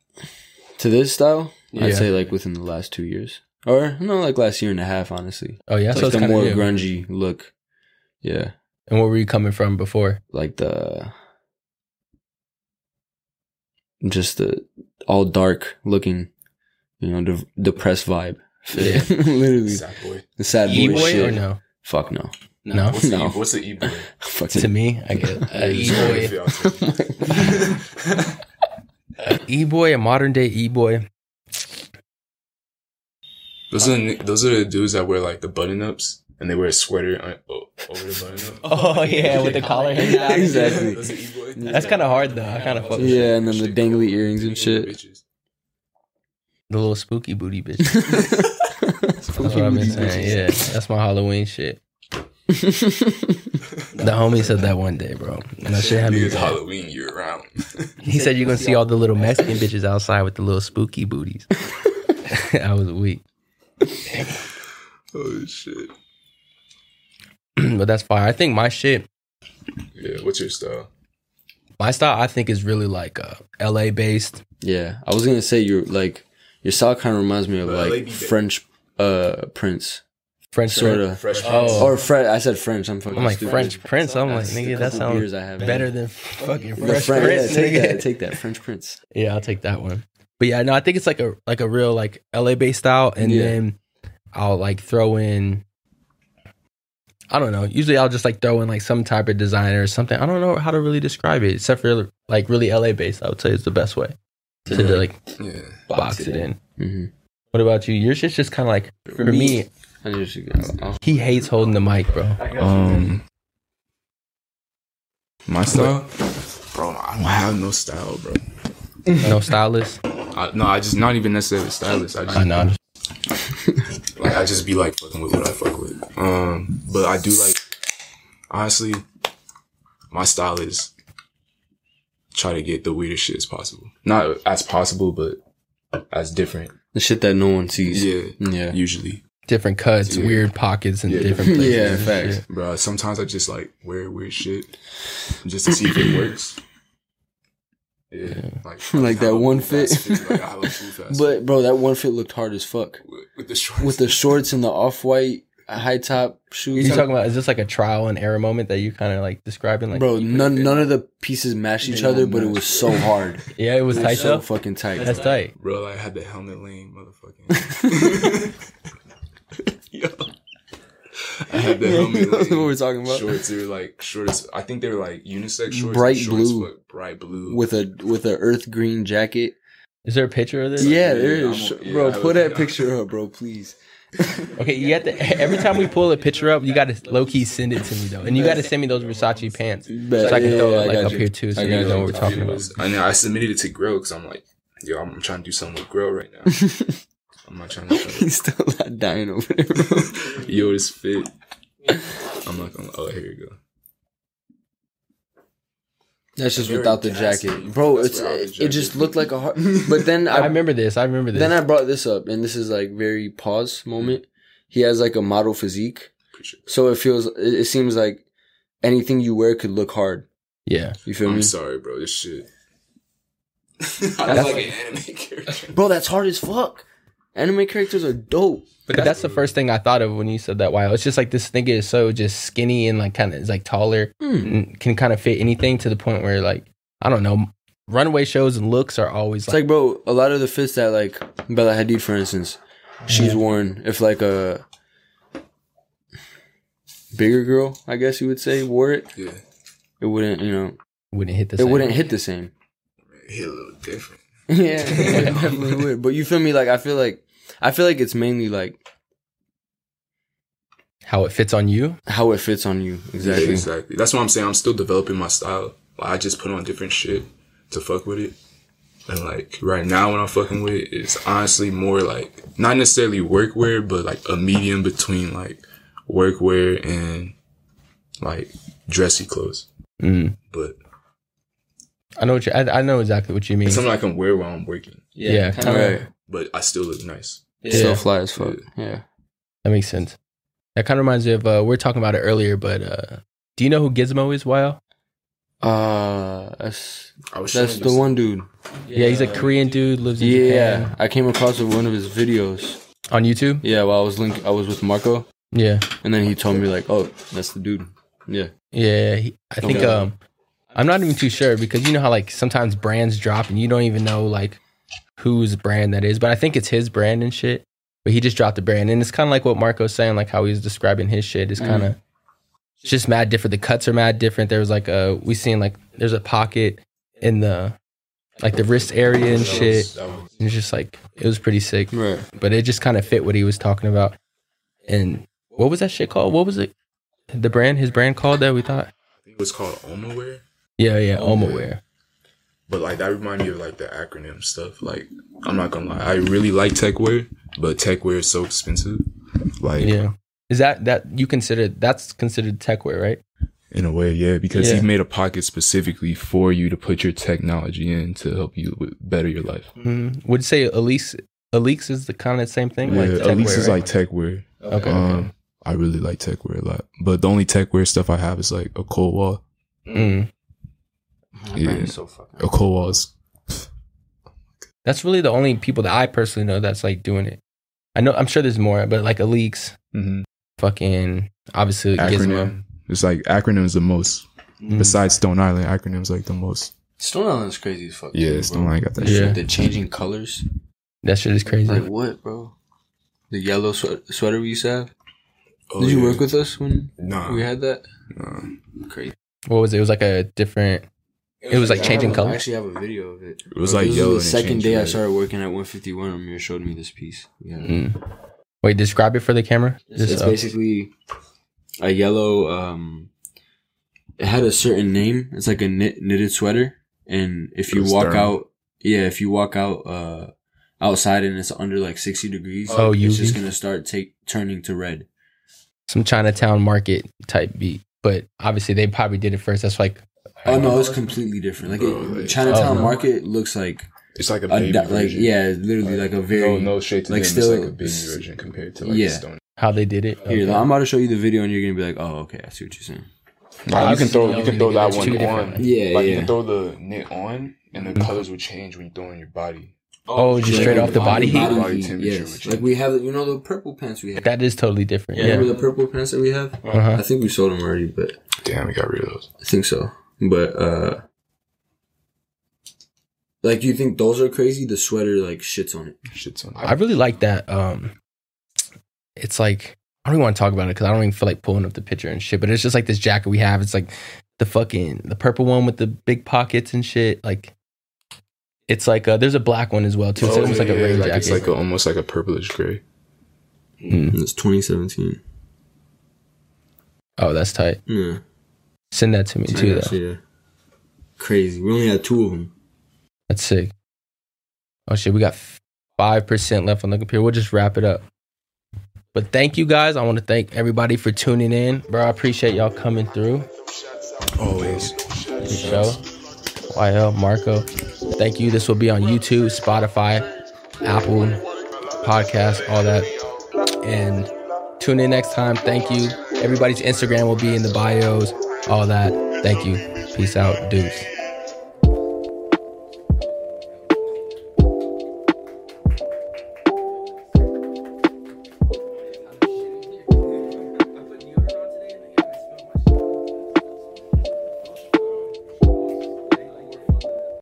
S3: to this style,
S2: Yeah.
S3: I'd say like within the last two years or no, like last year and a half, honestly.
S2: Oh yeah,
S3: That's
S2: so
S3: like
S2: it's
S3: the
S2: kind
S3: more
S2: of new.
S3: grungy look. Yeah,
S2: And where were you coming from before?
S3: like the just the all dark looking, you know, de- depressed vibe.
S2: Yeah.
S3: Literally
S4: Sad boy.
S3: the sad boy,
S2: E boy
S3: shit.
S2: or no?
S3: Fuck no.
S2: No.
S7: What's, the
S3: No.
S7: E- what's the e-boy?
S2: To
S3: Fucking
S2: me, I get
S4: Uh,
S7: Yeah,
S2: a
S7: just go
S2: e-boy.
S7: if y'all take it.
S2: A e-boy, a modern day e-boy.
S4: Those are the, those are the dudes that wear like the button ups and they wear a sweater on, o- over the button up.
S2: Oh yeah, with the collar hanging out.
S3: Exactly.
S4: Those are e-boy.
S2: That's kind of hard though. I kind of fuck with
S3: Yeah, and then the dangly earrings and shit.
S4: Bitches.
S2: the little spooky booty bitch. That's what I've been saying. Yeah, that's my Halloween shit. The homie said that one day, bro. And that shit had me.
S4: Niggas Halloween year round.
S2: He said you're gonna see all the little Mexican bitches outside with the little spooky booties. I was weak,
S4: oh shit.
S2: but that's fire. I think my shit,
S4: Yeah, what's your style?
S2: my style, I think is really like uh, L.A. based.
S3: Yeah, I was gonna say you're like your style kind of reminds me of
S7: But
S3: like
S7: Lady Day.
S3: French uh Prince,
S2: French
S3: sort
S4: Uh,
S3: of.
S7: Fresh
S2: Oh.
S3: Or French. I said French. I'm fucking.
S2: I'm like
S3: stupid.
S2: French Prince. I'm like,
S3: That's the
S2: nigga, that
S3: couple
S2: sounds
S3: beers I have.
S2: better than fucking
S3: The
S2: Fresh
S3: French-
S2: Prince.
S3: yeah, take
S2: nigga.
S3: that. Take that. French Prince.
S2: Yeah, I'll take that one. But yeah, no, I think it's like a like a real like LA based style, and
S3: Yeah.
S2: then I'll like throw in. I don't know. Usually, I'll just like throw in like some type of designer or something. I don't know how to really describe it, except for like really LA based. I would say is the best way to like
S4: Yeah.
S2: box, it in.
S3: Mm-hmm.
S2: What about you? Your shit's just kind of like for, me,
S3: I need to go. I'll-
S2: He hates holding the mic, bro.
S4: Um, my style, bro. I don't have no style, bro.
S2: No stylist.
S4: I, no, I just not even necessarily stylist. I just
S2: I know.
S4: like I just be like fucking with what I fuck with. Um, but I do like honestly, my style is try to get the weirdest shit as possible. Not as possible, but as different.
S3: The shit that no one sees.
S4: Yeah,
S3: Yeah.
S4: usually,
S2: Different cuts,
S4: Yeah.
S2: weird pockets, and
S4: Yeah.
S2: different places.
S3: Yeah,
S2: and
S3: facts.
S2: shit.
S4: bro. Sometimes I just like wear weird shit just to see if it works. Yeah, like
S3: Like that one fit.
S4: Like, I have a food fast
S3: But bro, that one fit looked hard as fuck.
S4: with, with the shorts.
S3: With the shorts and the off white high top shoes.
S2: You talking about is this like a trial and error moment that you kind of like describing? Like,
S3: Bro, none none of the pieces matched each other, but it was so hard.
S2: yeah, it was
S3: It was
S2: tight
S3: so
S2: though.
S3: fucking tight.
S2: That's tight.
S4: Bro, I had the helmet lane, motherfucking. Yo. I had the helmet
S3: That's what
S4: lane.
S3: we're talking about.
S4: Shorts, they were like shortest. I think they were like unisex shorts.
S3: Bright
S4: shorts,
S3: blue.
S4: but bright blue.
S3: With a with a earth green jacket.
S2: Is there a picture of this?
S3: yeah,
S4: yeah,
S3: there
S4: I'm
S3: is,
S4: a- yeah,
S3: bro.
S4: I
S3: Pull
S4: was- uh,
S3: that
S4: yeah.
S3: picture up, bro, please.
S2: Okay, you have to. Every time we pull a picture up, you got to low key send it to me though, and you got to send me those Versace pants so
S3: Bet.
S2: I can
S3: Yeah,
S2: throw
S3: yeah,
S2: it
S3: I
S2: like
S3: got
S2: up
S3: you.
S2: here too, so
S3: I
S2: you
S3: got
S2: know
S3: you.
S2: what we're talking about.
S4: I know. I submitted it to Grill because I'm like, yo, I'm trying to do something with Grill right now. I'm not trying to.
S3: He's still not dying over there, bro.
S4: yo, this fit. I'm not gonna. Oh, here you go.
S3: That's just
S4: Very
S3: without the
S4: gassy.
S3: jacket, bro.
S4: That's
S3: It's
S4: without the
S3: it,
S4: jacket.
S3: just looked like a hard. But then
S2: I
S3: I,
S2: remember this. I remember this.
S3: then I brought this up, and this is like very pause moment. He has like a model physique,
S4: Appreciate that.
S3: so it feels it, it seems like anything you wear could look hard.
S2: yeah,
S3: You feel
S4: I'm
S3: me,
S4: sorry, bro. This shit. I look like an anime character.
S3: bro? That's hard as fuck. Anime characters are dope.
S2: but that's, the first thing I thought of when you said that. Wow, it's just like this nigga is so just skinny and like kind of is like taller,
S3: Hmm.
S2: and can kind of fit anything to the point where like I don't know, runway shows and looks are always
S3: It's
S2: like,
S3: like, bro, a lot of the fits that like Bella Hadid, for instance, she's worn. If like a bigger girl, I guess you would say, wore it,
S4: Yeah,
S3: it wouldn't. You know,
S2: wouldn't hit the.
S3: it
S2: same.
S3: wouldn't hit the same.
S4: hit a little different.
S3: Yeah, it definitely would. But you feel me? Like I feel like I feel like it's mainly like
S2: how it fits on you.
S3: how it fits on you
S4: Yeah,
S3: exactly.
S4: exactly. That's what I'm saying. I'm still developing my style. Like, I just put on different shit to fuck with it. And like right now, when I'm fucking with it, it's honestly more like not necessarily workwear, but like a medium between like workwear and like dressy clothes.
S2: Mm.
S4: But
S2: I know what you. I, I know exactly what you mean.
S4: it's something I can wear while I'm working,
S2: Yeah, yeah
S3: All
S2: kinda.
S3: right,
S4: but I still look nice.
S3: It's so fly as fuck. Yeah,
S2: That makes sense. That kind of reminds me of uh, we were talking about it earlier, but uh, do you know who Gizmo is? While
S3: uh, that's
S4: I was
S3: that's
S4: showing
S3: the
S4: this-
S3: one dude.
S2: yeah, he's a Korean dude lives in Japan
S3: Yeah, I came across one of his videos.
S2: on YouTube.
S3: Yeah, while I was link, I was with Marco,
S2: Yeah,
S3: and then he told me like, oh, that's the dude. Yeah,
S2: yeah. He, I think
S3: Okay.
S2: um, I'm not even too sure because you know how like sometimes brands drop and you don't even know like whose brand that is, but I think it's his brand and shit. But he just dropped the brand, and it's kind of like what Marco's saying, like how he was describing his shit. It's kind of it's just mad different. The cuts are mad different. There was like a we seen like there's a pocket in the like the wrist area and shit. And It's just like it was pretty sick,
S3: Right.
S2: but it just kind of fit what he was talking about. And what was that shit called? What was it? The brand, his brand called that we thought.
S4: It was called Omaware,
S2: Yeah, yeah,
S3: Oh,
S2: Omaware.
S4: but like that reminded me of like the acronym stuff. Like I'm not gonna lie, I really like techwear, but techwear is so expensive. Like
S2: Yeah, is that that you consider that's considered techwear, right?
S4: in a way, yeah, because
S2: Yeah.
S4: he made a pocket specifically for you to put your technology in to help you with better your life.
S2: Mm-hmm. Would you say Elise? Elise is the kind of same thing.
S4: Yeah,
S2: techwear,
S4: at least it's
S2: right?
S4: like techwear.
S2: okay.
S3: uh,
S4: Um, I really like techwear a lot, but the only techwear stuff I have is like a cold wall.
S2: Mm.
S4: Yeah,
S5: So fucking.
S4: a cold wall is
S2: That's really the only people that I personally know that's like doing it. I know I'm sure there's more, but like Elise,
S4: mhm.
S2: fucking obviously Gizmo.
S4: acronym. It's like acronyms the most.
S2: Mm.
S4: Besides Stone Island, acronyms like the most.
S3: Stone Island's crazy as fuck.
S4: Yeah,
S3: too,
S4: Stone
S3: bro.
S4: Island got that
S3: That shit,
S2: Yeah.
S3: The changing colors.
S2: That shit is crazy.
S3: Like what, bro? The yellow sweat- sweater we used to have.
S4: Oh,
S3: Did you
S4: yeah.
S3: work with us when
S4: Nah.
S3: we had that?
S4: nah.
S3: Crazy.
S2: What was it? It was like a different. It was like changing
S3: I have- I
S2: colors.
S3: actually have a video of it.
S4: It was like yellow.
S3: the
S4: and it
S3: second
S4: changed
S3: day I
S4: red.
S3: started working at 151. Amir showed me this piece. Yeah.
S2: Mm. Wait, describe it for the camera.
S3: It's,
S2: Just, uh,
S3: basically a yellow. Um, it had a certain name. It's like a knit, knitted sweater, and if you
S4: It was
S3: walk
S4: thermal.
S3: out, yeah, if you walk out uh, outside and it's under like sixty degrees,
S2: Oh,
S3: it's
S2: UV?
S3: just gonna start take turning to red.
S2: some Chinatown market type beat, but obviously they probably did it first. That's like
S3: Oh no, it's completely different. Like
S4: Bro,
S3: it,
S4: like-
S3: Chinatown
S2: Oh.
S3: Market looks like
S4: It's like a
S3: a,
S4: baby
S3: da- Uh, like
S4: version.
S3: yeah, literally like a very
S4: no no shade to
S3: like
S4: them.
S3: still-
S4: it's like a baby version compared to like
S3: Yeah.
S4: the Stone.
S2: how they did it.
S3: Here,
S2: Okay.
S3: I'm about to show you the video, and you're gonna be like, "Oh, okay, I see what you're saying."
S4: Nah, you can throw you can throw that
S2: It's two
S4: one
S2: different.
S4: on.
S3: Yeah,
S4: Like you
S3: yeah.
S4: can throw the knit on, and the colors will change when you throw on your body.
S2: Oh, just straight off the body heat.
S4: Body temperature would
S3: yes.
S4: change.
S3: Like we have, you know, the purple pants we have.
S2: That is totally different.
S3: Yeah.
S2: Yeah.
S3: Remember the purple pants that we have?
S2: Uh-huh.
S3: I think we sold them already, but
S4: Damn, we got rid of those.
S3: I think so. But uh like you think those are crazy? The sweater like shits on it.
S4: Shit's on.
S2: I really like that. Um, it's like I don't even want to talk about it because I don't even feel like pulling up the picture and shit. But it's just like this jacket we have. It's like the fucking the purple one with the big pockets and shit. Like it's like uh there's a black one as well too. It's
S4: Oh,
S2: almost like a
S4: yeah,
S2: rain
S4: like
S2: jacket.
S4: It's like a, almost like a purplish gray.
S2: Mm.
S3: It's 2017.
S2: Oh, that's tight.
S3: Yeah,
S2: Send that to me
S3: I
S2: too.
S3: got
S2: Though
S3: you, yeah. Crazy. We only had two of them.
S2: that's sick. Oh shit, we got five percent left on the computer. We'll just wrap it up. But thank you guys. I want to thank everybody for tuning in, bro. I appreciate y'all coming through.
S4: Always.
S2: show. YL, Marco. Thank you. This will be on YouTube, Spotify, Apple Podcast, all that. And tune in next time. Thank you. Everybody's Instagram will be in the bios, all that. Thank you. Peace out. Deuce.